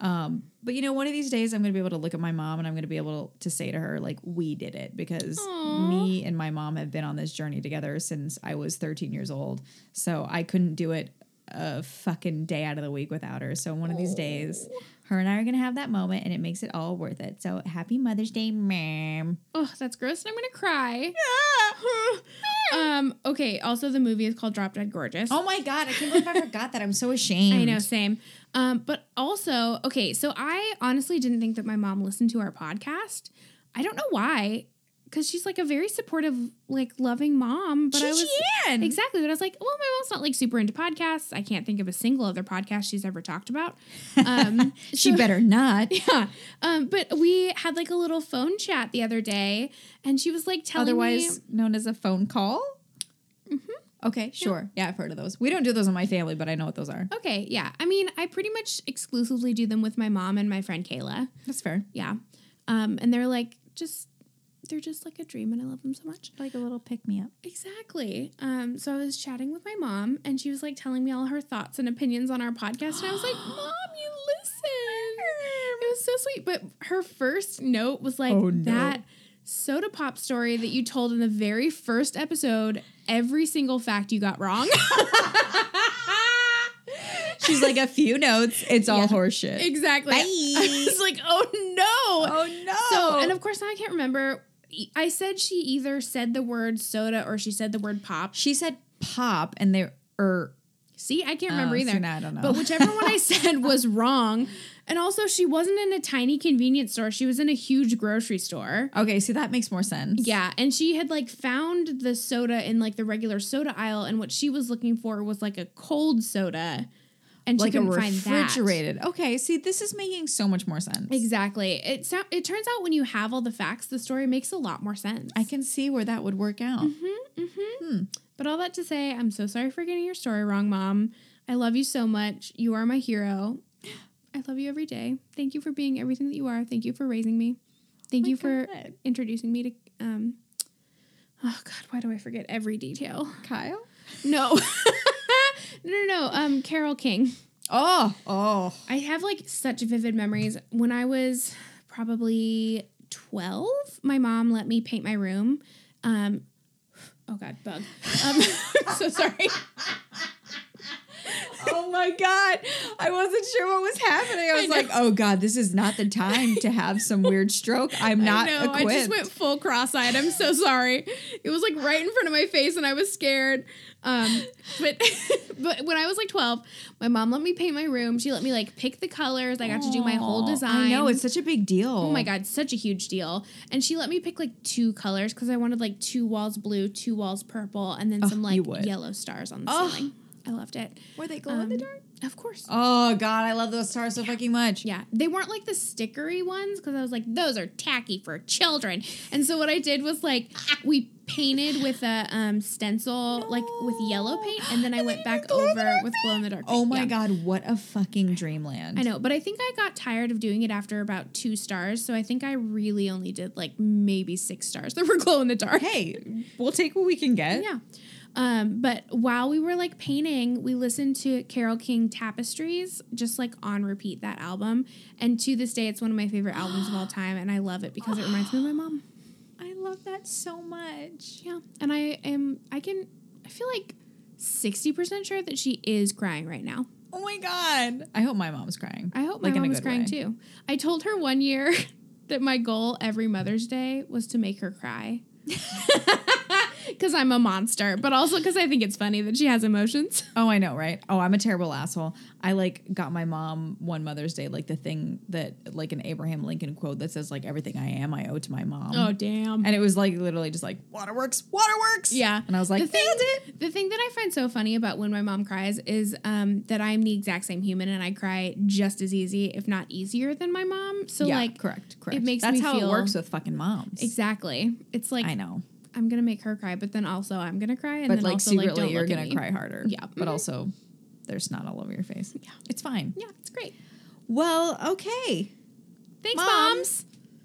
Um, but you know, one of these days I'm going to be able to look at my mom and I'm going to be able to say to her, like, we did it because Aw. me and my mom have been on this journey together since I was 13 years old. So I couldn't do it a fucking day out of the week without her. So one of these days, her and I are going to have that moment and it makes it all worth it. So happy Mother's Day, ma'am. Oh, that's gross, and I'm gonna cry. um. Okay. Also, the movie is called Drop Dead Gorgeous. Oh my God. I can't believe I forgot that. I'm so ashamed. I know, same. Um, but also, okay, so I honestly didn't think that my mom listened to our podcast. I don't know why, because she's like a very supportive, like loving mom. But I was Chee-chee-ann. exactly, but I was like, well, my mom's not like super into podcasts. I can't think of a single other podcast she's ever talked about. Um, She better not. yeah. Um, but we had like a little phone chat the other day, and she was like telling me, otherwise known as a phone call. Okay, sure. Yeah. I've heard of those. We don't do those in my family, but I know what those are. okay, yeah. I mean, I pretty much exclusively do them with my mom and my friend Kayla. That's fair. Yeah. Um, and they're like just they're just like a dream and I love them so much. Like a little pick me up. Exactly. Um, so I was chatting with my mom and she was like telling me all her thoughts and opinions on our podcast and I was like, "Mom, you listen." It was so sweet, but her first note was like Oh, no. that soda pop story that you told in the very first episode, every single fact you got wrong. She's like a few notes. It's all Yeah. horseshit. exactly. I was like, "Oh no." no. So, and of course, now I can't remember. E- I said she either said the word soda or she said the word pop. she said pop, and they are. See, I can't remember Oh, see, either. now I don't know. But whichever one I said was wrong. And also, she wasn't in a tiny convenience store, she was in a huge grocery store. Okay, so that makes more sense. Yeah, and she had like found the soda in like the regular soda aisle, and what she was looking for was like a cold soda, and she like a couldn't find that. refrigerated. Okay, see, this is making so much more sense. Exactly. It so- it turns out when you have all the facts, the story makes a lot more sense. I can see where that would work out. Mm-hmm. But all that to say, I'm so sorry for getting your story wrong, Mom. I love you so much. You are my hero. I love you every day. Thank you for being everything that you are. Thank you for raising me. Thank my you for God. introducing me to um Oh god, why do I forget every detail? Kyle. No. no, no, no. Um Carol King. Oh, oh. I have like such vivid memories. When I was probably 12, my mom let me paint my room. Um, oh God, bug. Um, I'm so sorry. oh my god i wasn't sure what was happening i was know. like oh god this is not the time to have some weird stroke i'm not I know. equipped I just went full cross-eyed. I'm so sorry. It was like right in front of my face, and I was scared. Um, but but when I was like 12, my mom let me paint my room. She let me like pick the colors. I got to do my whole Aw, design. i know it's such a big deal Oh my god, such a huge deal. And she let me pick like two colors because I wanted like two walls blue, two walls purple, and then some like Oh, you would. yellow stars on the Ugh. ceiling. I loved it. were they glow in in the the dark Of course. oh god i love those stars so fucking much Yeah, they weren't like the stickery ones because I was like, those are tacky for children. And so what I did was like, we painted with a um, stencil, like with yellow paint, and then I went back over with glow in the dark. oh my god what a fucking dreamland I know, but I think I got tired of doing it after about two stars. So I think I really only did like maybe six stars that were glow in the dark. hey we'll take what we can get Yeah. Um, but while we were like painting, we listened to Carol King Tapestries, just like on repeat that album. And to this day, it's one of my favorite albums of all time. And I love it because it reminds me of my mom. i love that so much. Yeah, and I am. I can. I feel like sixty percent sure that she is crying right now. Oh my god. I hope my mom's crying. I hope Like, in my a mom was good crying way. too. I told her one year that my goal every Mother's Day was to make her cry. Because I'm a monster, but also because I think it's funny that she has emotions. Oh, I know, right? Oh, I'm a terrible asshole. I like got my mom one Mother's Day like the thing that like an Abraham Lincoln quote that says like everything I am I owe to my mom. Oh, damn. And it was like literally just like waterworks, waterworks. Yeah. And I was like, the thing, "Nailed it. the thing that I find so funny about when my mom cries is um, that I'm the exact same human and I cry just as easy, if not easier, than my mom. So, yeah, like, correct, correct. makes That's me how it feel- works with fucking moms. exactly. It's like, I know. I'm going to make her cry, but then also I'm going to cry. And But then like also, secretly like, don't you're look at gonna me. cry harder. Yeah. But Mhm. also there's not all over your face. Yeah. It's fine. Yeah, it's great. Well, okay. Thanks, Mom. moms.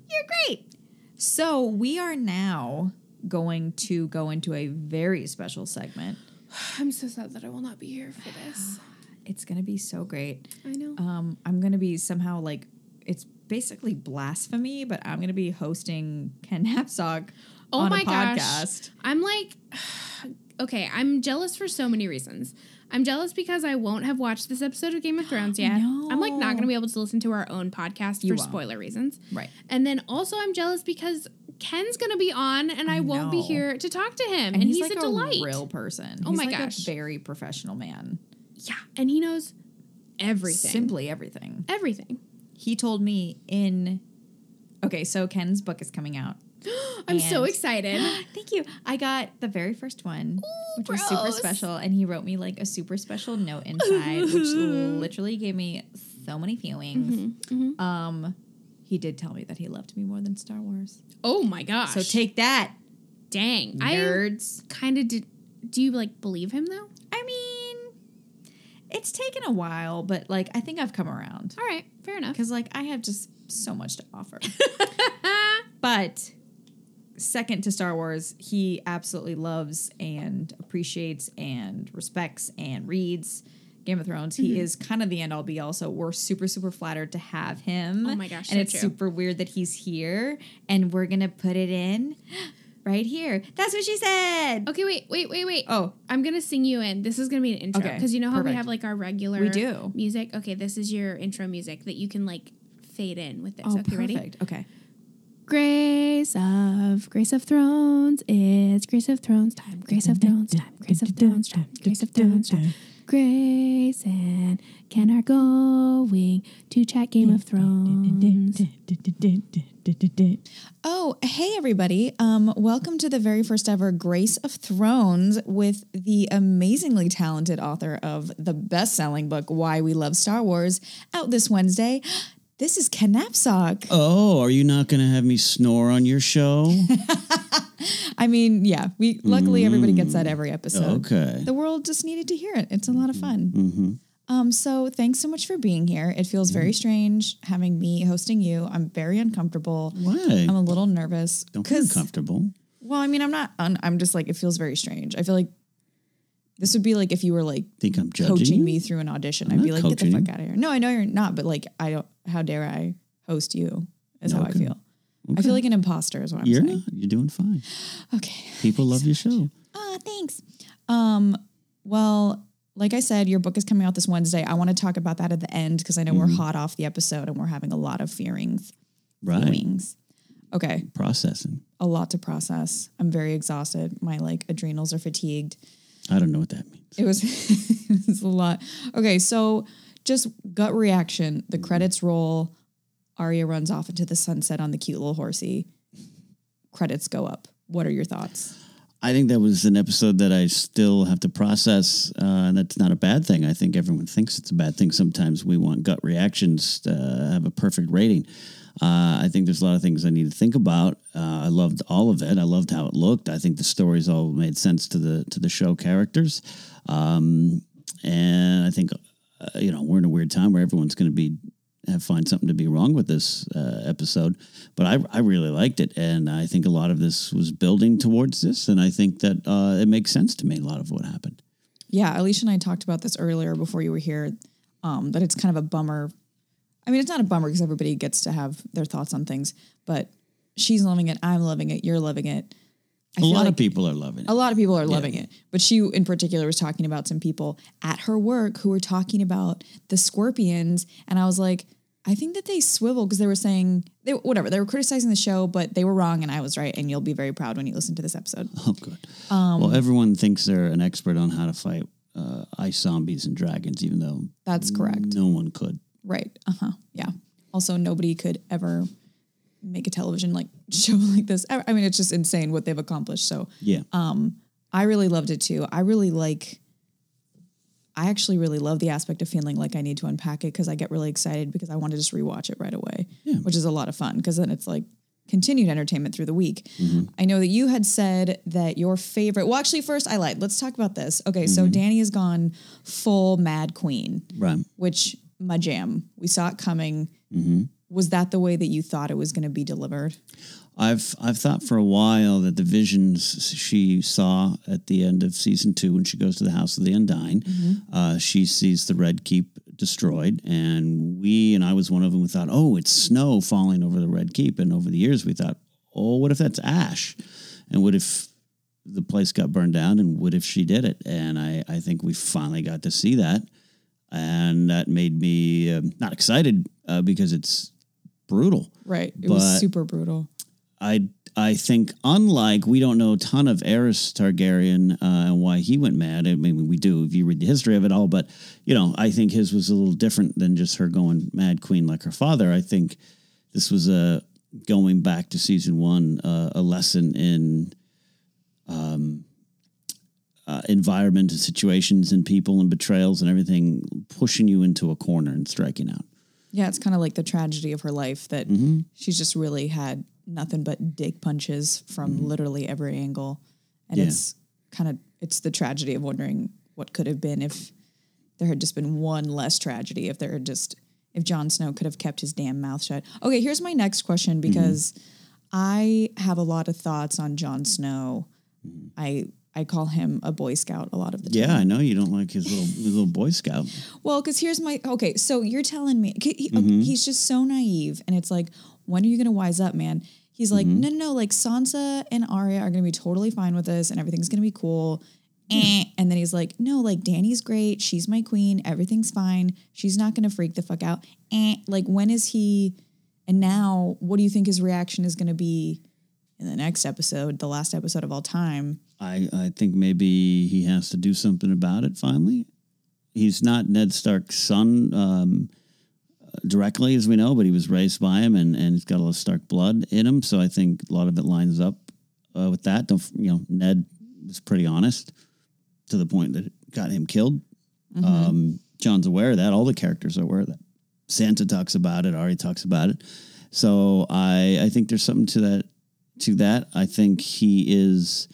You're great. So we are now going to go into a very special segment. I'm so sad that I will not be here for this. It's gonna be so great. I know. Um, I'm gonna be somehow like it's basically blasphemy, but I'm gonna be hosting Ken Napsok Oh on my a gosh. podcast. I'm like, okay, I'm jealous for so many reasons. I'm jealous because I won't have watched this episode of Game of Thrones yet. I'm like not going to be able to listen to our own podcast You for won't. spoiler reasons. Right. And then also, I'm jealous because Ken's going to be on and I, I won't know. be here to talk to him. And, he's, like a delight. real person. Oh He's my like gosh. a very professional man. yeah. And he knows everything. Simply everything. Everything. He told me in Okay, so Ken's book is coming out. I'm so And- excited. Thank you. I got the very first one, which was super gross. special, and he wrote me like a super special note inside, which literally gave me so many feelings. Mm-hmm, Um, he did tell me that he loved me more than Star Wars. oh my gosh. So take that, Dang. nerds. I kind of did. Do you like believe him though? I mean, it's taken a while, but like I think I've come around All right. Fair enough. because like I have just so much to offer. but second to Star Wars, he absolutely loves and appreciates and respects and reads Game of Thrones. Mm-hmm. He is kind of the end all be all. So we're super, super flattered to have him. Oh my gosh, And so it's true. super weird that he's here and we're gonna put it in right here. That's what she said. Okay, wait, wait, wait, wait. Oh, I'm gonna sing you in. This is gonna be an intro Okay, because you know how we perfect. have like our regular We do. music. Okay, this is your intro music that you can like fade in with this. oh, okay, perfect. ready? Okay. Grace of Grace of Thrones. It's Grace of Thrones time. Grace of Thrones time. Grace of Thrones time. Grace of Thrones time. Grace and Ken are going to chat Game of Thrones. Oh, hey everybody. Um, welcome to the very first ever Grace of Thrones with the amazingly talented author of the best-selling book Why We Love Star Wars out this Wednesday. This is Ken Knapsack. Oh, are you not going to have me snore on your show? I mean, yeah, we luckily everybody gets that every episode. Okay. Mm-hmm. The world just needed to hear it. It's a lot of fun. Um, so thanks so much for being here. It feels Mm-hmm. very strange having me hosting you. I'm very uncomfortable. Why? I'm a little nervous Don't feel comfortable. Well, I mean, I'm not. Un- I'm just like it feels very strange. I feel like this would be like if you were like Think I'm judging coaching you? me through an audition. I'm I'd be like, not get the coaching fuck out of here. No, I know you're not, but like, I don't. How dare I host you? Is how I Okay. feel. I feel like an imposter is what I'm You're saying. not. You're doing fine. Okay. People love your show. Oh, thanks. Um, well, like I said, your book is coming out this Wednesday. I want to talk about that at the end because I know Mm-hmm. we're hot off the episode and we're having a lot of fearings. Right. Feelings. Okay. Processing. a lot to process. I'm very exhausted. My like adrenals are fatigued. I don't know what that means. It was, it was a lot. Okay, so just gut reaction. The credits roll. Arya runs off into the sunset on the cute little horsey. Credits go up. What are your thoughts? I think that was an episode that I still have to process, uh, and that's not a bad thing. I think everyone thinks it's a bad thing. Sometimes we want gut reactions to uh, have a perfect rating. Uh, I think there's a lot of things I need to think about. Uh, I loved all of it. I loved how it looked. I think the stories all made sense to the to the show characters, um, and I think uh, you know we're in a weird time where everyone's going to be have find something to be wrong with this uh, episode, but I, I really liked it, and I think a lot of this was building towards this, and I think that uh, it makes sense to me a lot of what happened. Yeah, Alicia and I talked about this earlier before you were here. Um, that it's kind of a bummer. I mean, it's not a bummer because everybody gets to have their thoughts on things, but she's loving it, I'm loving it, you're loving it. I A feel lot like Oh, of people are loving it. a lot of people are loving it. But she in particular was talking about some people at her work who were talking about the scorpions. And I was like, I think that they swivel because they were saying they whatever, they were criticizing the show, but they were wrong and I was right. And you'll be very proud when you listen to this episode. Oh, good. um, well, everyone thinks they're an expert on how to fight uh, ice zombies and dragons, even though That's correct. no one could. Right. Uh-huh. Yeah. Also nobody could ever make a television like show like this. I I mean, it's just insane what they've accomplished. So Yeah. I really loved it too. I really like. I actually really love the aspect of feeling like I need to unpack it because I get really excited because I want to just rewatch it right away, which is a lot of fun because then it's like continued entertainment through the week. Mm-hmm. I know that you had said that your favorite. Well, actually, first I lied. Let's talk about this. Okay, so Danny has gone full Mad Queen, Mm-hmm. right. which my jam. We saw it coming. Mm-hmm. Was that the way that you thought it was going to be delivered? I've I've thought for a while that the visions she saw at the end of season two, when she goes to the house of the Undying, uh, she sees the Red Keep destroyed, and we and I was one of them. who thought, oh, it's snow falling over the Red Keep, and over the years we thought, oh, what if that's ash, and what if the place got burned down, and what if she did it? And I I think we finally got to see that, and that made me um, not excited uh, because it's brutal. Right. It But- was super brutal. I I think unlike we don't know a ton of Aerys Targaryen uh, and why he went mad. I mean, we do if you read the history of it all, but you know, I think his was a little different than just her going mad queen like her father. I think this was a going back to season one, uh, a lesson in um, uh, environment and situations and people and betrayals and everything pushing you into a corner and striking out. Yeah, it's kind of like the tragedy of her life that she's just really had nothing but dick punches from literally every angle. And Yeah. it's kind of it's the tragedy of wondering what could have been if there had just been one less tragedy if there had just if Jon Snow could have kept his damn mouth shut. Okay, here's my next question because I have a lot of thoughts on Jon Snow. I I call him a boy scout a lot of the time. Yeah, I know you don't like his little his little boy scout. Well, because here's my okay. So you're telling me he, he- he's just so naive, and it's like, when are you gonna wise up, man? He's like, no, no, no, like Sansa and Arya are gonna be totally fine with this, and everything's gonna be cool. Eh. And then he's like, no, like Danny's great. She's my queen. Everything's fine. She's not gonna freak the fuck out. Eh. Like, when is he? And now, what do you think his reaction is gonna be in the next episode, the last episode of all time? I, I think maybe he has to do something about it finally. He's not Ned Stark's son um, directly, as we know, but he was raised by him and, and he's got a lot of Stark blood in him. So I think a lot of it lines up uh, with that. Don't, f- you know, Ned was pretty honest to the point that it got him killed. Um, John's aware of that. All the characters are aware of that. Santa talks about it. Ari talks about it. So I, I think there's something to that. To that, I think he is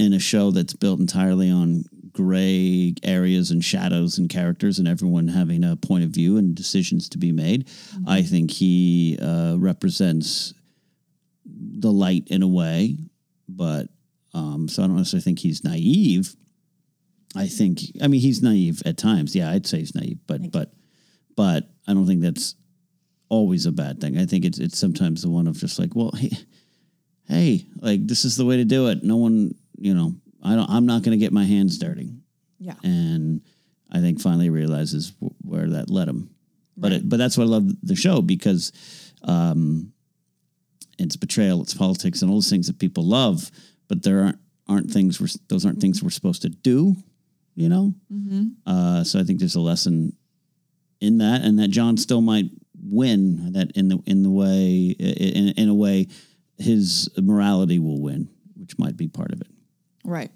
in a show that's built entirely on gray areas and shadows and characters and everyone having a point of view and decisions to be made. I think he uh, represents the light in a way, but um, so I don't necessarily think he's naive. I think I mean he's naive at times. Yeah, I'd say he's naive, but but but I don't think that's always a bad thing. I think it's it's sometimes the one of just like, well, hey, hey, like this is the way to do it. No one, you know, I don't. I'm not going to get my hands dirty. Yeah. And I think finally realizes w- where that led him. But it, but that's why I love the show because um, it's betrayal, it's politics, and all those things that people love. But there aren't aren't things we're those aren't things we're supposed to do. You know. Uh, so I think there's a lesson in that, and that John still might win that in the in the way in in a way his morality will win, which might be part of it Right.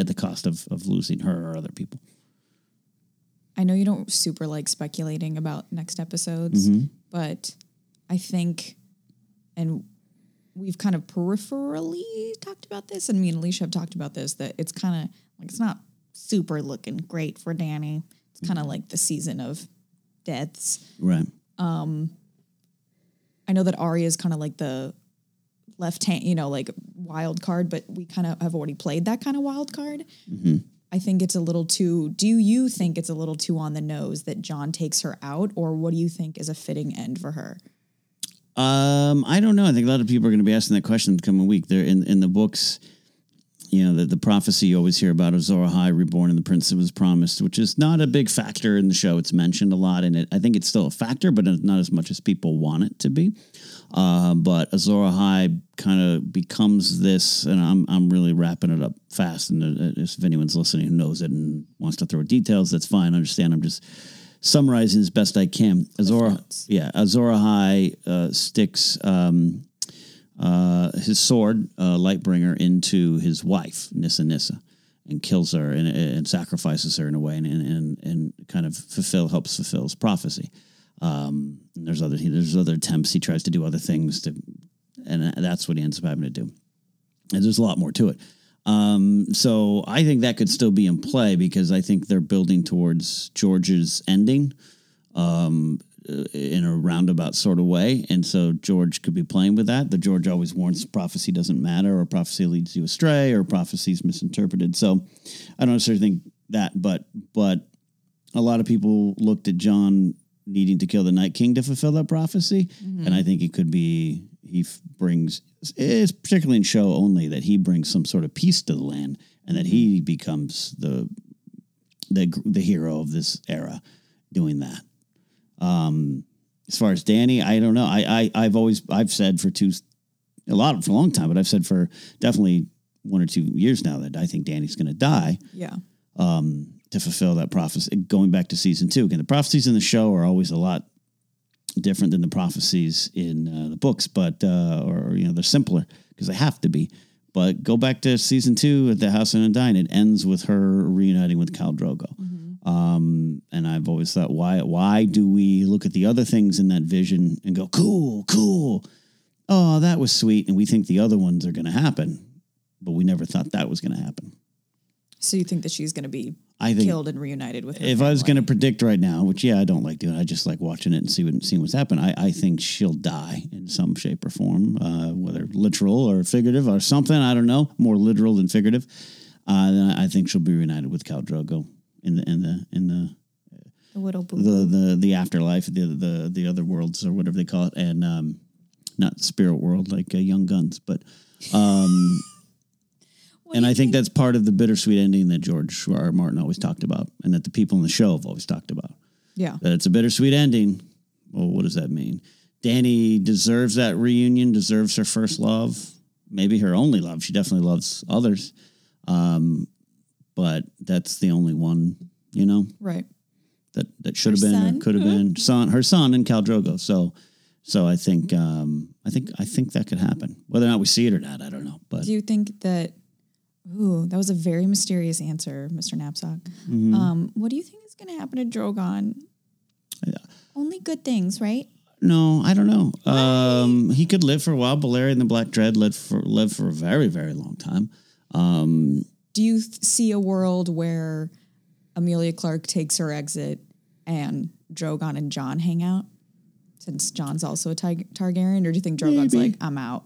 at the cost of of losing her or other people. I know you don't super like speculating about next episodes, but I think, and we've kind of peripherally talked about this, and me and Alicia have talked about this, that it's kind of like it's not super looking great for Danny. It's kind of like the season of deaths. Right. I know that Arya is kind of like the left hand, you know, like wild card, but we kind of have already played that kind of wild card. Mm-hmm. I think it's a little too. Do you think it's a little too on the nose that John takes her out, or what do you think is a fitting end for her? Um, I don't know. I think a lot of people are going to be asking that question the coming week. They're in in the books. You know, the, the prophecy you always hear about of Zorahai reborn and the prince that was promised, which is not a big factor in the show. It's mentioned a lot, and it, I think it's still a factor, but not as much as people want it to be. Uh, but Azora High kind of becomes this, and I'm I'm really wrapping it up fast. And uh, if anyone's listening who knows it and wants to throw details, that's fine. I understand. I'm just summarizing as best I can. Azora, yeah, Azora High uh, sticks um, uh, his sword, uh, Lightbringer, into his wife Nissa Nissa, and kills her and, and sacrifices her in a way, and and and kind of fulfill helps fulfill his prophecy. Um, and there's other there's other attempts. He tries to do other things to, and that's what he ends up having to do. And there's a lot more to it. Um, so I think that could still be in play because I think they're building towards George's ending um, uh, in a roundabout sort of way. And so George could be playing with that. The George always warns prophecy doesn't matter or prophecy leads you astray or prophecy is misinterpreted. So I don't necessarily think that, but, but a lot of people looked at John needing to kill the Night King to fulfill that prophecy, and I think it could be he f- brings. It's particularly in show only that he brings some sort of peace to the land, and that he becomes the the gr- the hero of this era, doing that. Um, as far as Danny, I don't know. I, I I've always I've said for two a lot for a long time, but I've said for definitely one or two years now that I think Danny's going to die Yeah. to fulfill that prophecy. Going back to season two, again, the prophecies in the show are always a lot different than the prophecies in uh, the books, but uh, or you know they're simpler because they have to be. But go back to season two at the House and Undyne. It ends with her reuniting with Khal Drogo. Um, and I've always thought, why why do we look at the other things in that vision and go, cool, cool, oh that was sweet, and we think the other ones are going to happen, but we never thought that was going to happen. So you think that she's going to be I think killed and reunited with her? if I was family? going to predict right now, which yeah, I don't like doing, I just like watching it and see what seeing what's happened. I, I think she'll die in some shape or form, uh, whether literal or figurative or something. I don't know, more literal than figurative. Uh, then I think she'll be reunited with Cal Drogo in the in the in the the little boo- the the, the afterlife, the the the other worlds or whatever they call it, and um, not spirit world like uh, Young Guns, but um. and I think that's part of the bittersweet ending that George R. R. Martin always talked about, and that the people in the show have always talked about. yeah. That it's a bittersweet ending. Well, what does that mean? Danny deserves that reunion, deserves her first love, maybe her only love. She definitely loves others. Um, but that's the only one, you know, Right. that, that should have been or son? Mm-hmm. could have been son her son and Cal Drogo. So so I think um, I think I think that could happen. Whether or not we see it or not, I don't know. But Do you think that? Ooh, that was a very mysterious answer, Mr. Knapsack. Mm-hmm. Um, what do you think is going to happen to Drogon? Only good things, right? No, I don't know. Um, he could live for a while. Balerion the Black Dread lived for lived for a very, very long time. Do you th- see a world where Amelia Clark takes her exit and Drogon and John hang out? Since John's also a Tar- Targaryen, or do you think Drogon's Maybe. like, I'm out?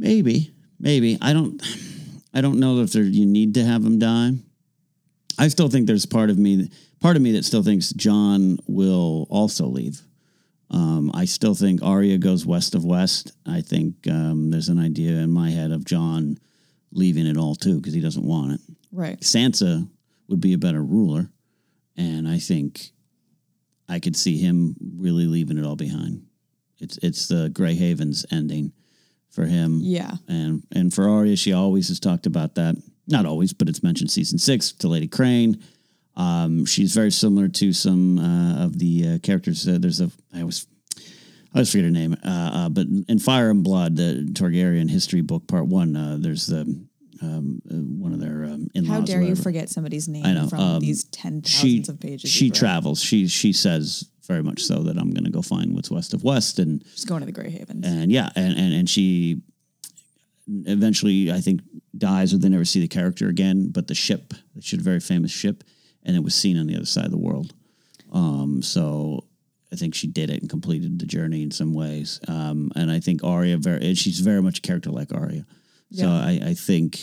Maybe, maybe. I don't. I don't know if there, you need to have him die. I still think there's part of me, part of me that still thinks John will also leave. Um, I still think Arya goes west of west. I think um, there's an idea in my head of John leaving it all too because he doesn't want it. Right. Sansa would be a better ruler, and I think I could see him really leaving it all behind. It's it's the Grey Havens ending for him. Yeah. and and for Arya, she always has talked about that. Not always, but it's mentioned season six to Lady Crane. Um, she's very similar to some uh, of the uh, characters. Uh, there's a I always I always forget her name, uh, uh, but in Fire and Blood, the Targaryen history book, part one, uh, there's the um, uh, one of their um, in-laws. How or dare you whatever. forget somebody's name know, from um, these ten She thousands of pages? she you've read? travels. She she says very much so that I'm going to go find what's west of west and She's going to the Grey Havens. and yeah and and, and she eventually i think dies or they never see the character again but the ship it's a very famous ship and it was seen on the other side of the world um so i think she did it and completed the journey in some ways um and i think Arya very and she's very much a character like Arya so i i think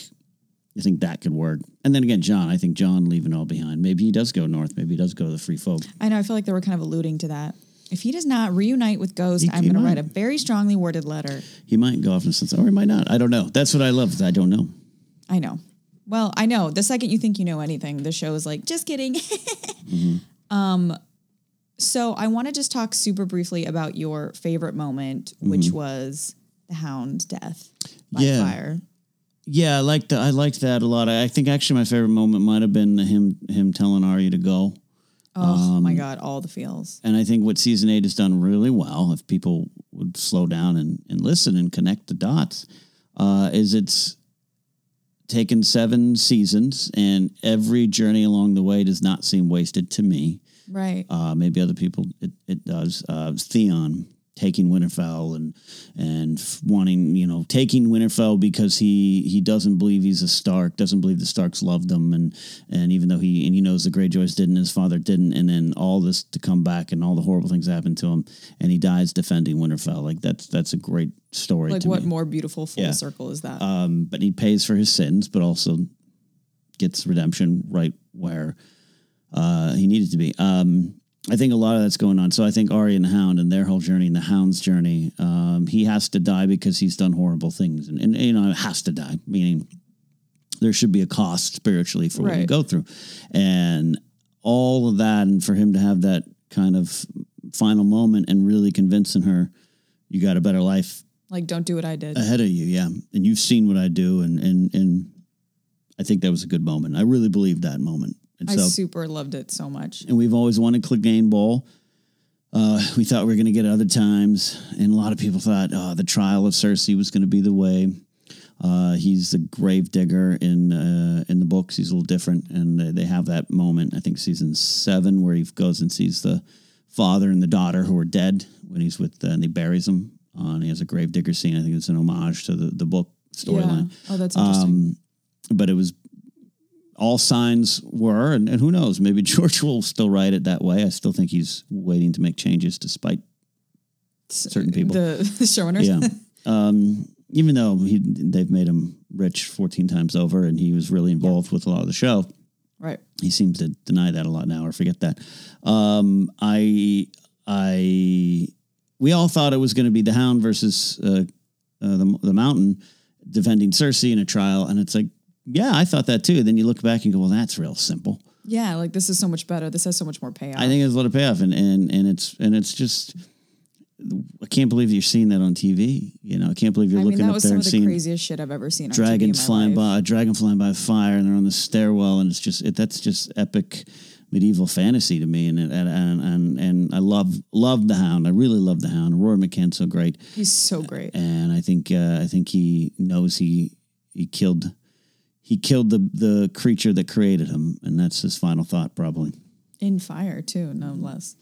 I think that could work. And then again, John, I think John leaving all behind. Maybe he does go north. Maybe he does go to the free folk. I know. I feel like they were kind of alluding to that. If he does not reunite with Ghost, He- I'm he going to might. write a very strongly worded letter. He might go off and something, or he might not. I don't know. That's what I love. is I don't know. I know. Well, I know. The second you think you know anything, the show is like, just kidding. Um, Mm-hmm. so I want to just talk super briefly about your favorite moment, which was the hound death by Mm-hmm. Yeah. fire. Yeah, I liked I liked that a lot. I, I think actually my favorite moment might have been him him telling Arya to go. Oh Um, my god, all the feels. And I think what season eight has done really well, if people would slow down and, and listen and connect the dots, uh, is it's taken seven seasons and every journey along the way does not seem wasted to me. Right. Uh, maybe other people it, it does. Uh, Theon taking Winterfell and and f- wanting you know taking Winterfell because he he doesn't believe he's a Stark, doesn't believe the Starks loved him, and and even though he and he knows the Greyjoys didn't, his father didn't, and then all this to come back and all the horrible things happen to him, and he dies defending Winterfell. Like that's that's a great story. like to what me. more beautiful full Yeah. circle is that? Um, but he pays for his sins, but also gets redemption right where uh, he needed to be. Um, I think a lot of that's going on. So I think Arya and the Hound and their whole journey and the Hound's journey, um, he has to die because he's done horrible things, and, and you know has to die, meaning there should be a cost spiritually for what you Right. go through, and all of that, and for him to have that kind of final moment and really convincing her, you got a better life like don't do what I did. ahead of you yeah and you've seen what i do and and and i think that was a good moment i really believe that moment and I so super loved it so much. and we've always wanted clegane bowl uh, we thought we were going to get it other times and a lot of people thought oh, the trial of cersei was going to be the way uh, he's the grave digger in uh, in the books he's a little different and they, they have that moment i think season seven where he goes and sees the father and the daughter who are dead when he's with and he buries them uh, and he has a grave digger scene i think it's an homage to the, the book storyline Um, Oh, that's interesting. but it was all signs were, and, and who knows, maybe George will still write it that way. I still think he's waiting to make changes despite certain people. the, the showrunners. yeah. Um, even though he, they've made him rich 14 times over and he was really involved with a lot of the show, Right. he seems to deny that a lot now or forget that. Um, I, I, we all thought it was going to be the Hound versus uh, uh, the the Mountain defending Cersei in a trial, and it's like, yeah, I thought that too. Then you look back and go, well, that's real simple. Yeah, like this is so much better. This has so much more payoff. I think it's a lot of payoff, and and and it's and it's just. I can't believe you're seeing that on TV. You know, I can't believe you're I mean, looking that up was there some and of the seeing craziest shit I've ever seen. on TV in my dragons flying life. by a dragon flying by fire and they're on the stairwell and it's just it, that's just epic medieval fantasy to me and and and and, and I love love the hound I really love the hound Rory McCann's so great He's so great. and I think uh, I think he knows he he killed he killed the the creature that created him and that's his final thought probably In fire, too, no less.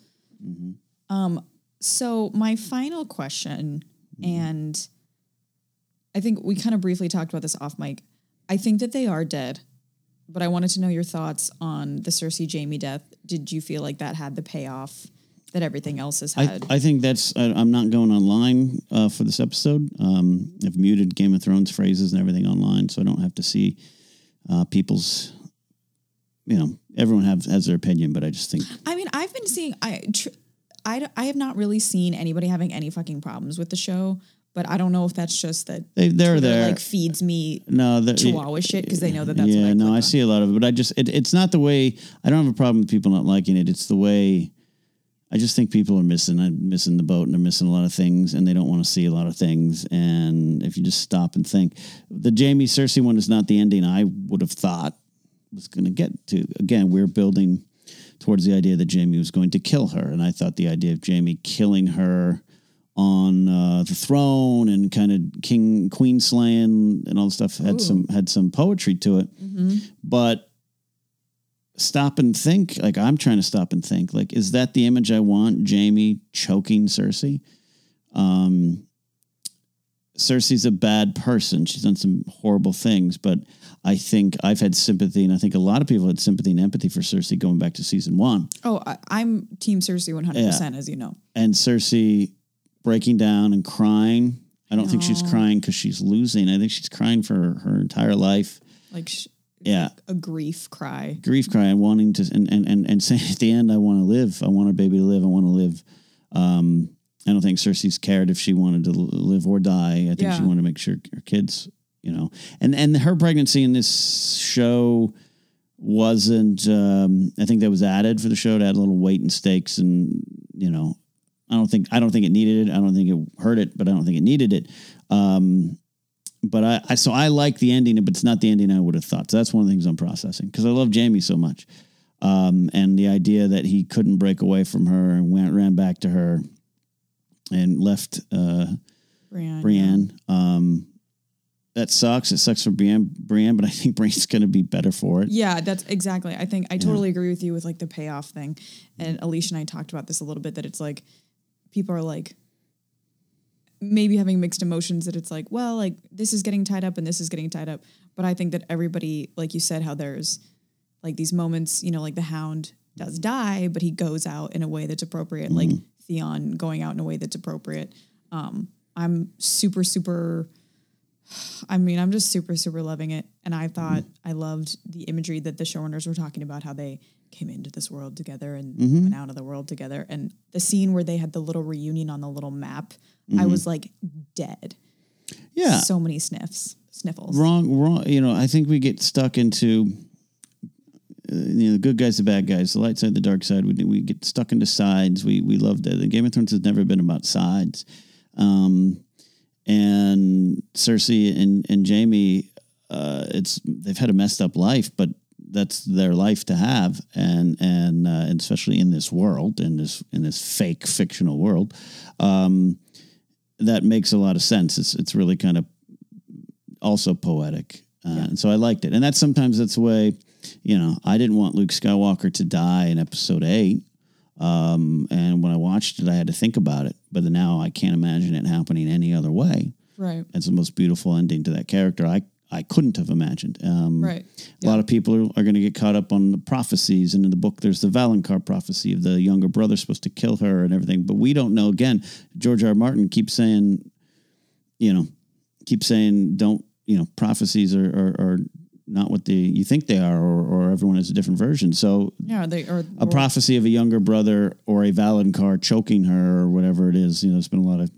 Mm-hmm. Um, so, my final question, Mm-hmm. and I think we kind of briefly talked about this off mic. I think that they are dead, but I wanted to know your thoughts on the Cersei Jamie death. Did you feel like that had the payoff that everything else has I, had? I think that's I, I'm not going online uh, for this episode. Um, I've muted Game of Thrones phrases and everything online, so I don't have to see uh, people's. You know, everyone have has their opinion, but I just think I mean, I've been seeing I tr- I, d- I have not really seen anybody having any fucking problems with the show, but I don't know if that's just that they they're Twitter, there. like feeds me no, they're, chihuahua shit because they know that that's yeah, what I no, click I on. see a lot of it, but I just it, it's not the way. I don't have a problem with people not liking it. It's the way. I just think people are missing. I'm missing the boat, and they're missing a lot of things, and they don't want to see a lot of things. And if you just stop and think, the Jamie Cersei one is not the ending I would have thought was going to get to. Again, we're building towards the idea that Jamie was going to kill her, and I thought the idea of Jamie killing her on uh, the throne and kind of king queen slaying and all the stuff had some had some poetry to it Mm-hmm. but stop and think like i'm trying to stop and think like is that the image i want jamie choking cersei um cersei's a bad person she's done some horrible things but i think i've had sympathy and i think a lot of people had sympathy and empathy for cersei going back to season one Oh, I, I'm Team Cersei 100%, as you know. and Cersei breaking down and crying. I don't think she's crying because she's losing. I think she's crying for her, her entire life. Like sh- Yeah, a grief cry. grief cry and wanting to and and and, and saying at the end, I want to live. I want our baby to live. I want to live. Um, I don't think Cersei's cared if she wanted to l- live or die. I think she Yeah. wanted to make sure her kids, you know, and and her pregnancy in this show wasn't. Um, I think that was added for the show to add a little weight and stakes, and you know, I don't think I don't think it needed it. I don't think it hurt it, but I don't think it needed it. Um, but I, I so I like the ending, but it's not the ending I would have thought. So that's one of the things I'm processing because I love Jamie so much, um, and the idea that he couldn't break away from her and went ran back to her and left uh, Brienne. Brienne. Um, that sucks. It sucks for Brienne, Brienne, but I think Brienne's going to be better for it. Yeah, that's exactly. I think I totally agree with you with like the payoff thing. And Alicia and I talked about this a little bit that it's like people are like maybe having mixed emotions that it's like, well, like this is getting tied up and this is getting tied up. But I think that everybody, like you said, how there's like these moments, you know, like the hound does die, but he goes out in a way that's appropriate, like Mm-hmm. Theon going out in a way that's appropriate. Um, I'm super, super I mean, I'm just super, super loving it. And I thought I loved the imagery that the showrunners were talking about how they came into this world together and Mm-hmm. went out of the world together. And the scene where they had the little reunion on the little map, I was like dead. Mm-hmm. Yeah. So many sniffs, sniffles. wrong, wrong. You know, I think we get stuck into uh, you know the good guys, the bad guys, the light side, the dark side. We we get stuck into sides. We we love that. And Game of Thrones has never been about sides. Um, and Cersei and and Jamie, uh, it's they've had a messed up life, but that's their life to have, and and uh, and especially in this world, in this in this fake fictional world. Um, that makes a lot of sense. It's it's really kind of also poetic. Uh, And so I liked it. And that's sometimes that's the way, you know, I didn't want Luke Skywalker to die in episode eight. Um, and when I watched it, I had to think about it. But now I can't imagine it happening any other way. Right. It's the most beautiful ending to that character I, I couldn't have imagined. Um, Right. a lot of people are, are going to get caught up on the prophecies. And in the book, there's the Valonqar prophecy of the younger brother supposed to kill her and everything. But we don't know. Again, George R. R. Martin keeps saying, you know, keeps saying, don't, you know, prophecies are, are, are not what they, you think they are, or, or everyone has a different version. So Yeah. They are a prophecy of a younger brother or a Valonqar choking her or whatever it is. You know, there's been a lot of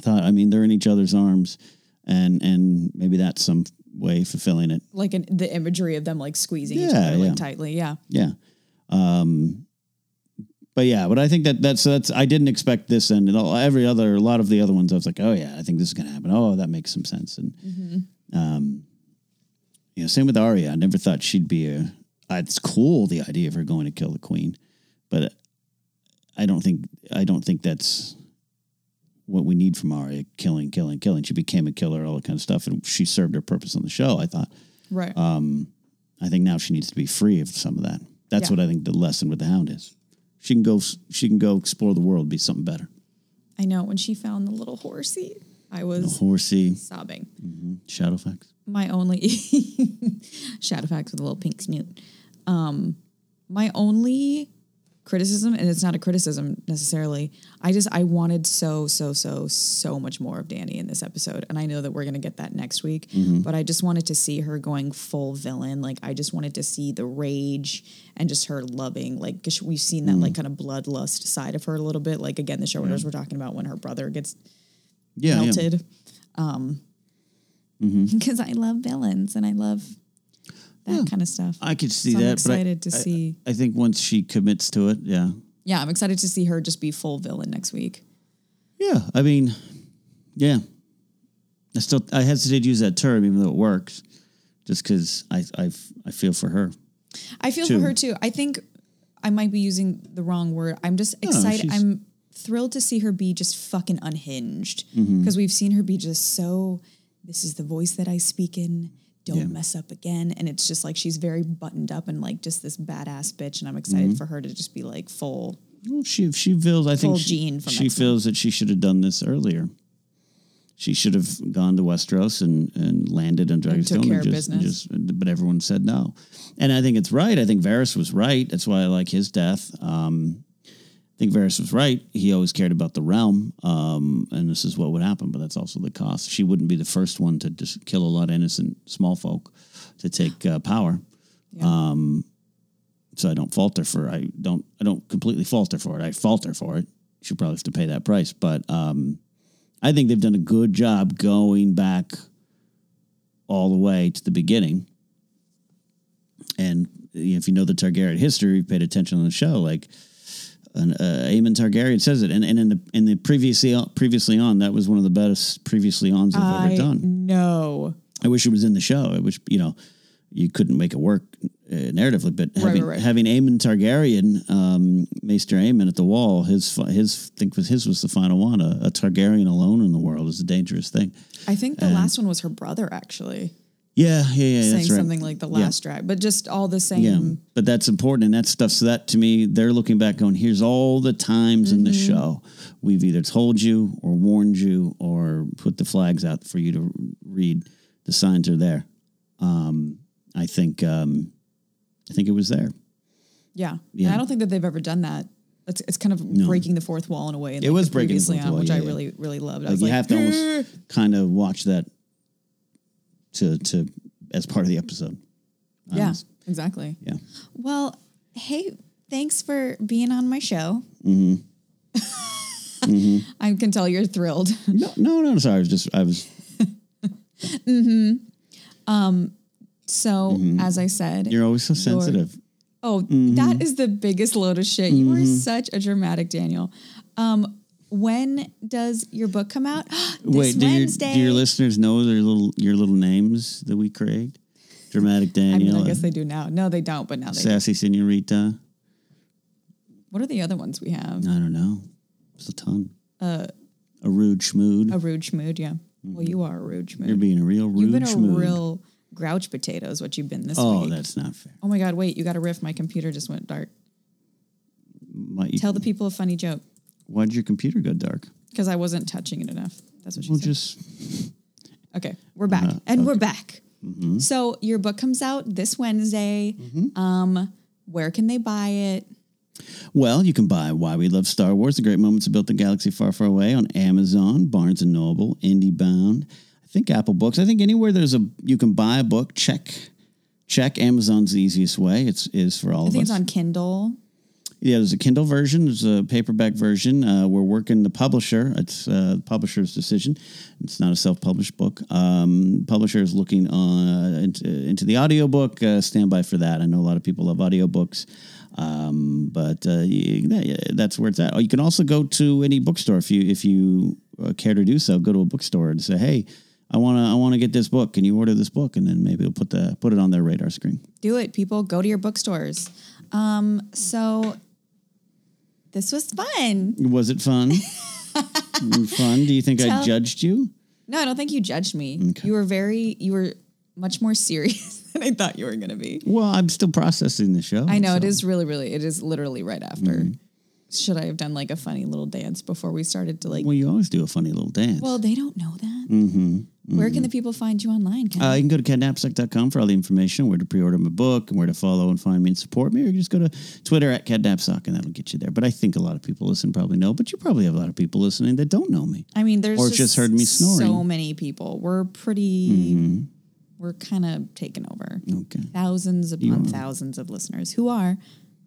thought. I mean, they're in each other's arms, and and maybe that's some way fulfilling it. like an, the imagery of them like squeezing each Yeah, other like yeah. tightly. Yeah. Yeah. Um, but yeah, but I think that that's that's I didn't expect this and all, every other a lot of the other ones I was like, oh yeah, I think this is gonna happen. Oh, that makes some sense. And um, Mm-hmm. you know, same with Arya. I never thought she'd be a. uh, It's cool the idea of her going to kill the queen, but I don't think I don't think that's what we need from Arya. Killing, killing, killing. She became a killer, all that kind of stuff, and she served her purpose on the show. I thought. Right. Uh, I think now she needs to be free of some of that. That's Yeah. what I think the lesson with the hound is. She can go. She can go explore the world, be something better. I know when she found the little horsey, I was Horsey, sobbing. Shadowfax. my only Shadowfax with a little pink snoot. Um, my only criticism, and it's not a criticism necessarily. I just I wanted so so so so much more of Danny in this episode, and I know that we're gonna get that next week. Mm-hmm. But I just wanted to see her going full villain. Like I just wanted to see the rage and just her loving. Like 'cause we've seen Mm. that like kind of bloodlust side of her a little bit. Like again, the showrunners were talking about when her brother gets Yeah, yeah. melted. Um, because I love villains and I love that kind of stuff. I could see So I'm that. excited but to I, see. I, I think once she commits to it, yeah, yeah, I'm excited to see her just be full villain next week. yeah. I mean, yeah. I still I hesitate to use that term, even though it works, just because I I I feel for her. I feel Two. for her too. I think I might be using the wrong word. I'm just excited. she's- I'm thrilled to see her be just fucking unhinged because Mm-hmm. we've seen her be just so. This is the voice that I speak in. Don't mess up again. And it's just like she's very buttoned up and like just this badass bitch. And I'm excited Mm-hmm. for her to just be like full Well, she she feels. I Full think gene she, from she X-Men. feels that she should have done this earlier. She should have gone to Westeros and, and landed on Dragonstone. care And of just, and business. just- but everyone said no, and I think it's right. I think Varys was right. That's why I like his death. Um, I think Varys was right. He always cared about the realm, um, and this is what would happen. But that's also the cost. She wouldn't be the first one to just kill a lot of innocent small folk to take uh, power Um, so I don't falter for I don't I don't completely falter for it. I falter for it. she'll probably have to pay that price. But um, I think they've done a good job going back all the way to the beginning. And if you know the Targaryen history, you've paid attention on the show, like an, uh, Aemon Targaryen says it, and, and in the in the previously previously on, that was one of the best previously ons I've I ever done. know. I wish it was in the show. I wish you know you couldn't make it work uh, narratively, but having right, right. having Aemon Targaryen, um, Maester Aemon at the wall, his fi- his I think was his was the final one. A, a Targaryen alone in the world is a dangerous thing. I think the last one was her brother actually Yeah, yeah, yeah. saying that's right. something like the last drag, but just all the same. Yeah, but that's important and that stuff. So that to me, they're looking back on here's all the times in the Mm-hmm. show we've either told you or warned you or put the flags out for you to read. The signs are there. Um, I think um, I think it was there. Yeah. Yeah. And I don't think that they've ever done that. It's, it's kind of breaking the fourth wall in a way. Like It was the breaking the previously fourth on, wall, which yeah, I yeah. really, really loved. I Like was you like, have to almost kind of watch that to to as part of the episode. yeah, exactly. Yeah. Well, hey, thanks for being on my show. Mm-hmm. I can tell you're thrilled. No, no, no. Sorry, I was just I was. So, as I said, Mm-hmm. You're mm-hmm. always so sensitive. Oh, that is the biggest load of shit. You are Mm-hmm. such a dramatic Daniel. Um, when does your book come out? this Wait, do your, Wednesday. do your listeners know their little your little names that we create? Dramatic I mean, Daniel, uh, I guess they do now. No, they don't, but now they do. sassy senorita. What are the other ones we have? I don't know. It's a ton. a rude schmood. Uh, A rude schmood, yeah. Well, you are a rude schmood. Mm-hmm. You're being a real rude You've been a schmood. real grouch potato is what you've been this oh, week. that's not fair. oh my God, wait, you got a riff. My computer just went dark. My, Tell the people a funny joke why'd your computer go dark? because I wasn't touching it enough. That's what she Well, said. just Uh-huh. Okay, we're back, and we're back. Mm-hmm. So your book comes out this Wednesday. Um, where can they buy it? Well, you can buy Why We Love Star Wars, The Great Moments That Built the Galaxy Far, Far Away on Amazon, Barnes & Noble, IndieBound, I think Apple Books. I think anywhere there's a, you can buy a book, check, check. Amazon's the easiest way. It's is for all I of think us. it's on Kindle. yeah, there's a Kindle version. There's a paperback version. Uh, we're working the publisher. It's uh, the publisher's decision. It's not a self-published book. Um, publisher is looking on, uh, into, into the audiobook. Uh, stand by for that. I know a lot of people love audiobooks, um, but uh, y- yeah, that's where it's at. Or you can also go to any bookstore if you if you uh, care to do so. Go to a bookstore and say, "Hey, I wanna I wanna get this book. Can you order this book?" And then maybe it'll put the put it on their radar screen. Do it, people. Go to your bookstores. Um, so this was fun. Was it fun? fun? Do you think I Tell- judged you? No, I don't think you judged me. You were very, you were much more serious than I thought you were going to be. Well, I'm still processing the show. I know it so- Mm-hmm. is really, really. It is literally right after. Should I have done like a funny little dance before we started to like? Well, you always do a funny little dance. Well, they don't know that. Where can the people find you online? Ken? Mm-hmm. uh, you can go to catnapsack.com for all the information, where to pre-order my book, and where to follow and find me and support me. Or you can just go to Twitter at catnapsack, and that'll get you there. But I think a lot of people listen probably know, but you probably have a lot of people listening that don't know me. I mean, there's Or just heard me So snoring. Mm-hmm. many people. We're pretty. We're kind of taken over. Okay. Thousands upon thousands of listeners who are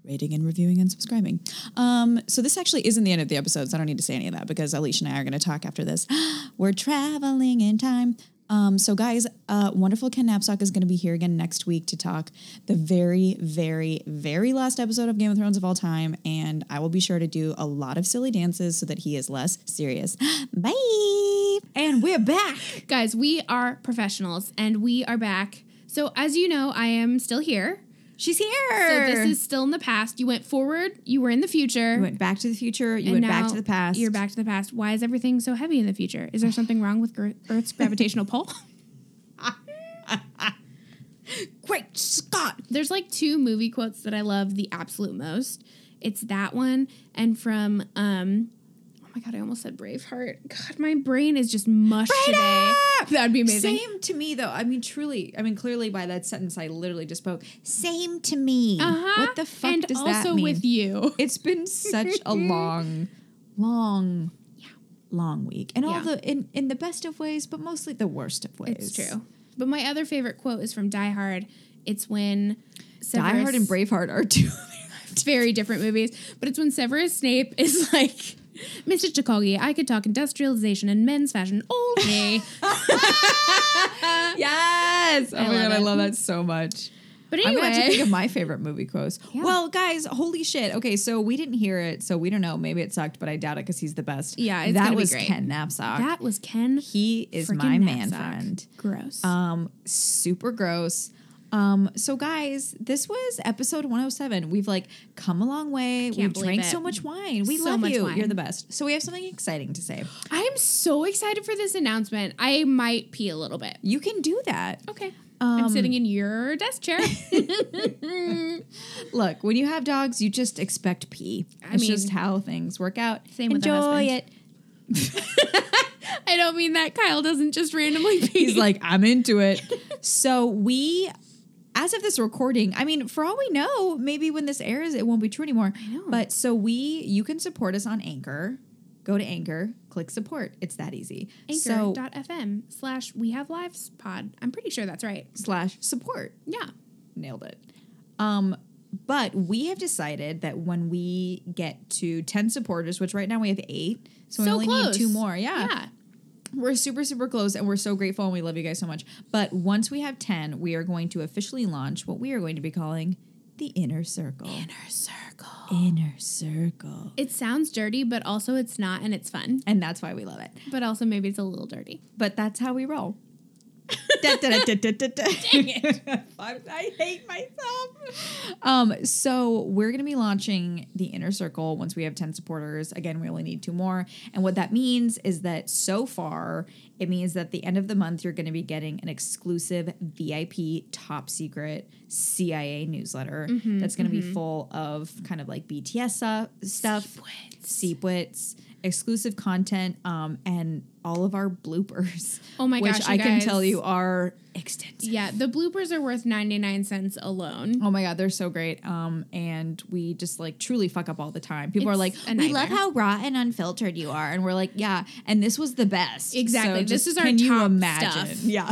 rating and reviewing and subscribing. Um, so this actually isn't the end of the episode, so I don't need to say any of that because Alicia and I are going to talk after this. we're traveling in time. Um, so guys, uh, wonderful Ken Knapsack is going to be here again next week to talk the very, very, very last episode of Game of Thrones of all time, and I will be sure to do a lot of silly dances so that he is less serious. Bye. And we're back. Guys, we are professionals and we are back. So, as you know, I am still here. She's here. So, this is still in the past. You went forward, you were in the future. You went back to the future. You and went back now to the past. You're back to the past. Why is everything so heavy in the future? Is there something wrong with gr- Earth's gravitational pull? Great Scott. There's like two movie quotes that I love the absolute most. It's that one and from um oh my god, I almost said Braveheart. God, my brain is just mush today. That'd be amazing. Same to me though. I mean, truly. I mean, clearly by that sentence, I literally just spoke. Same to me. Uh-huh. What the fuck and does also that mean? with you. It's been such a long, long, long week, and all Yeah. the in in the best of ways, but mostly the worst of ways. It's true. But my other favorite quote is from Die Hard. It's when Severus, Die Hard and Braveheart are two. very different movies, but it's when Severus Snape is like Mrs. Chikogi, I could talk industrialization and men's fashion all day. Yes. Oh my I love god, I it. love that so much. But I'm gonna have to think anyway, of my favorite movie quotes. Yeah. Well, guys, holy shit. Okay, so we didn't hear it, so we don't know. Maybe it sucked, but I doubt it because he's the best. Yeah, it's that gonna be was great. Ken Knapsack. that was Ken. he is freaking my man Knapsack. friend. Gross. Um, super gross. Um, so guys, this was episode 107. We've like come a long way. We can't believe drank it. so much wine. We So love much you. wine. You're the best. So we have something exciting to say. I am so excited for this announcement. I might pee a little bit. You can do that. Okay. Um, I'm sitting in your desk chair. Look, when you have dogs, you just expect pee. I It's mean- just how things work out. Same with the Enjoy husband. it. I don't mean that Kyle doesn't just randomly pee. He's like, I'm into it. so we, as of this recording, I mean, for all we know, maybe when this airs, it won't be true anymore. know. But so we, you can support us on Anchor. Go to Anchor, click support. It's that easy. So anchor.fm slash we have lives pod. I'm pretty sure that's right. slash support. Yeah. Nailed it. Um, but we have decided that when we get to 10 supporters, which right now we have eight, so, we only need two more. Yeah. We're super, super close and we're so grateful and we love you guys so much. But once we have 10, we are going to officially launch what we are going to be calling the Inner Circle. Inner circle. Inner Circle. It sounds dirty, but also it's not, and it's fun. And that's why we love it. But also maybe it's a little dirty. But that's how we roll. Da, da, da, da, da, da, da. I'm- I hate myself. Um, so we're gonna be launching the inner circle once we have 10 supporters. Again, we only need two more. And what that means is that so far, it means that the end of the month you're gonna be getting an exclusive VIP top secret CIA newsletter Mm-hmm, that's gonna be full of kind of like BTS su- stuff, sequits, exclusive content, um, and all of our bloopers. Oh my which gosh, you I can guys. tell you are extensive. Yeah. The bloopers are worth 99 cents alone. Oh my god, they're so great. Um, and we just like truly fuck up all the time. People are It's like, a we love nightmare." how raw and unfiltered you are, and we're like, yeah. And this was the best. Exactly. This is our can you top imagine? stuff. Yeah.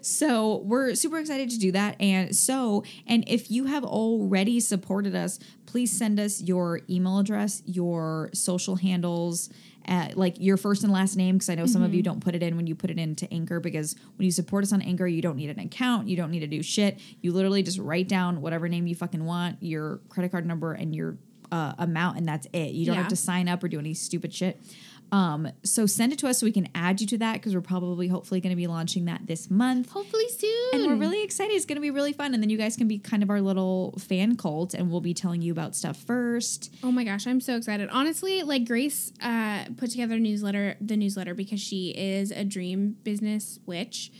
so we're super excited to do that, and so and if you have already supported us, please send us your email address, your social handles. Uh, like your first and last name, because I know some of you don't put it in when you put it into Anchor, because when you support us on Anchor, you don't need an account, you don't need to do shit. You literally just write down whatever name you fucking want, your credit card number, and your uh, amount, and that's it. You don't Yeah. have to sign up or do any stupid shit. Um, so send it to us so we can add you to that because we're probably hopefully going to be launching that this month. Hopefully soon. And we're really excited. It's going to be really fun. And then you guys can be kind of our little fan cult and we'll be telling you about stuff first. Oh my gosh, I'm so excited. Honestly, like Grace uh, put together a newsletter, the newsletter, because she is a dream business witch.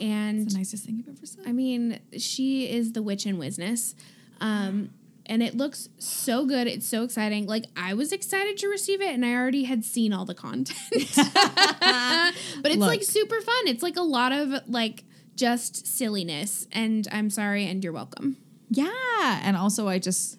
And nicest thing you've ever said. I mean, she is the witch in Wizness. Um, and it looks so good. It's so exciting. Like, I was excited to receive it, and I already had seen all the content. but it's like Look. super fun. It's like a lot of like just silliness. And I'm sorry, and you're welcome. Yeah. And also, I just,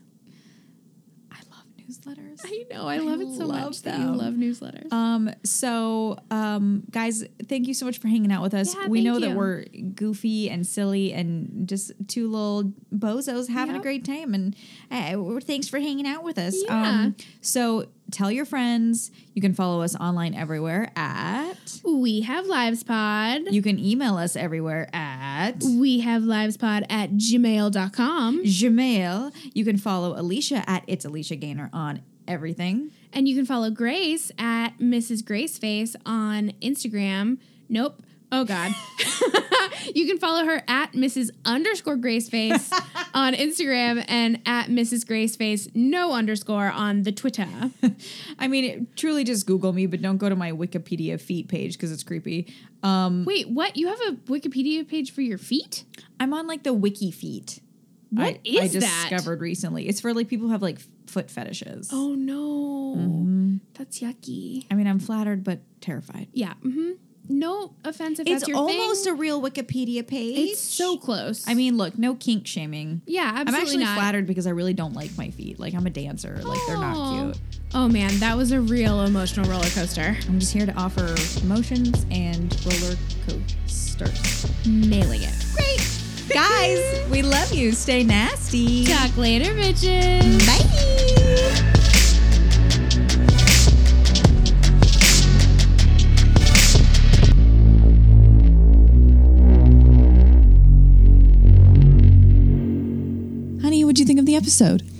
I love newsletters. I know. I love it so love much that you them. love newsletters. Um, so um guys, thank you so much for hanging out with us. Yeah, we thank know you. that we're goofy and silly and just two little bozos having Yep. a great time and uh, well, thanks for hanging out with us. Yeah. Um so tell your friends. You can follow us online everywhere at we have Lives Pod. you can email us everywhere at We have livespod at gmail.com. Gmail. You can follow Alicia at it's Alicia Gaynor on everything. And you can follow Grace at Mrs. Graceface on Instagram. Nope. Oh God. you can follow her at Mrs. underscore Graceface on Instagram and at Mrs. Graceface no underscore on the Twitter. I mean, it, truly just Google me, but don't go to my Wikipedia feet page because it's creepy. Um, Wait, what? You have a Wikipedia page for your feet? I'm on like the wiki feet. What I, is I just that? discovered recently. It's for like people who have like foot fetishes. Oh no. Mm-hmm. That's yucky. I mean, I'm flattered but terrified. Yeah. hmm No offense if It's that's your almost thing. a real Wikipedia page. it's so close. I mean, look, no kink shaming. yeah, I'm absolutely actually not. flattered because I really don't like my feet. Like I'm a dancer. Like they're Aw. not cute. Oh man, that was a real emotional roller coaster. I'm just here to offer emotions and roller coasters. Nailing it. Great. Guys, we love you. Stay nasty. Talk later, bitches. Bye. episode.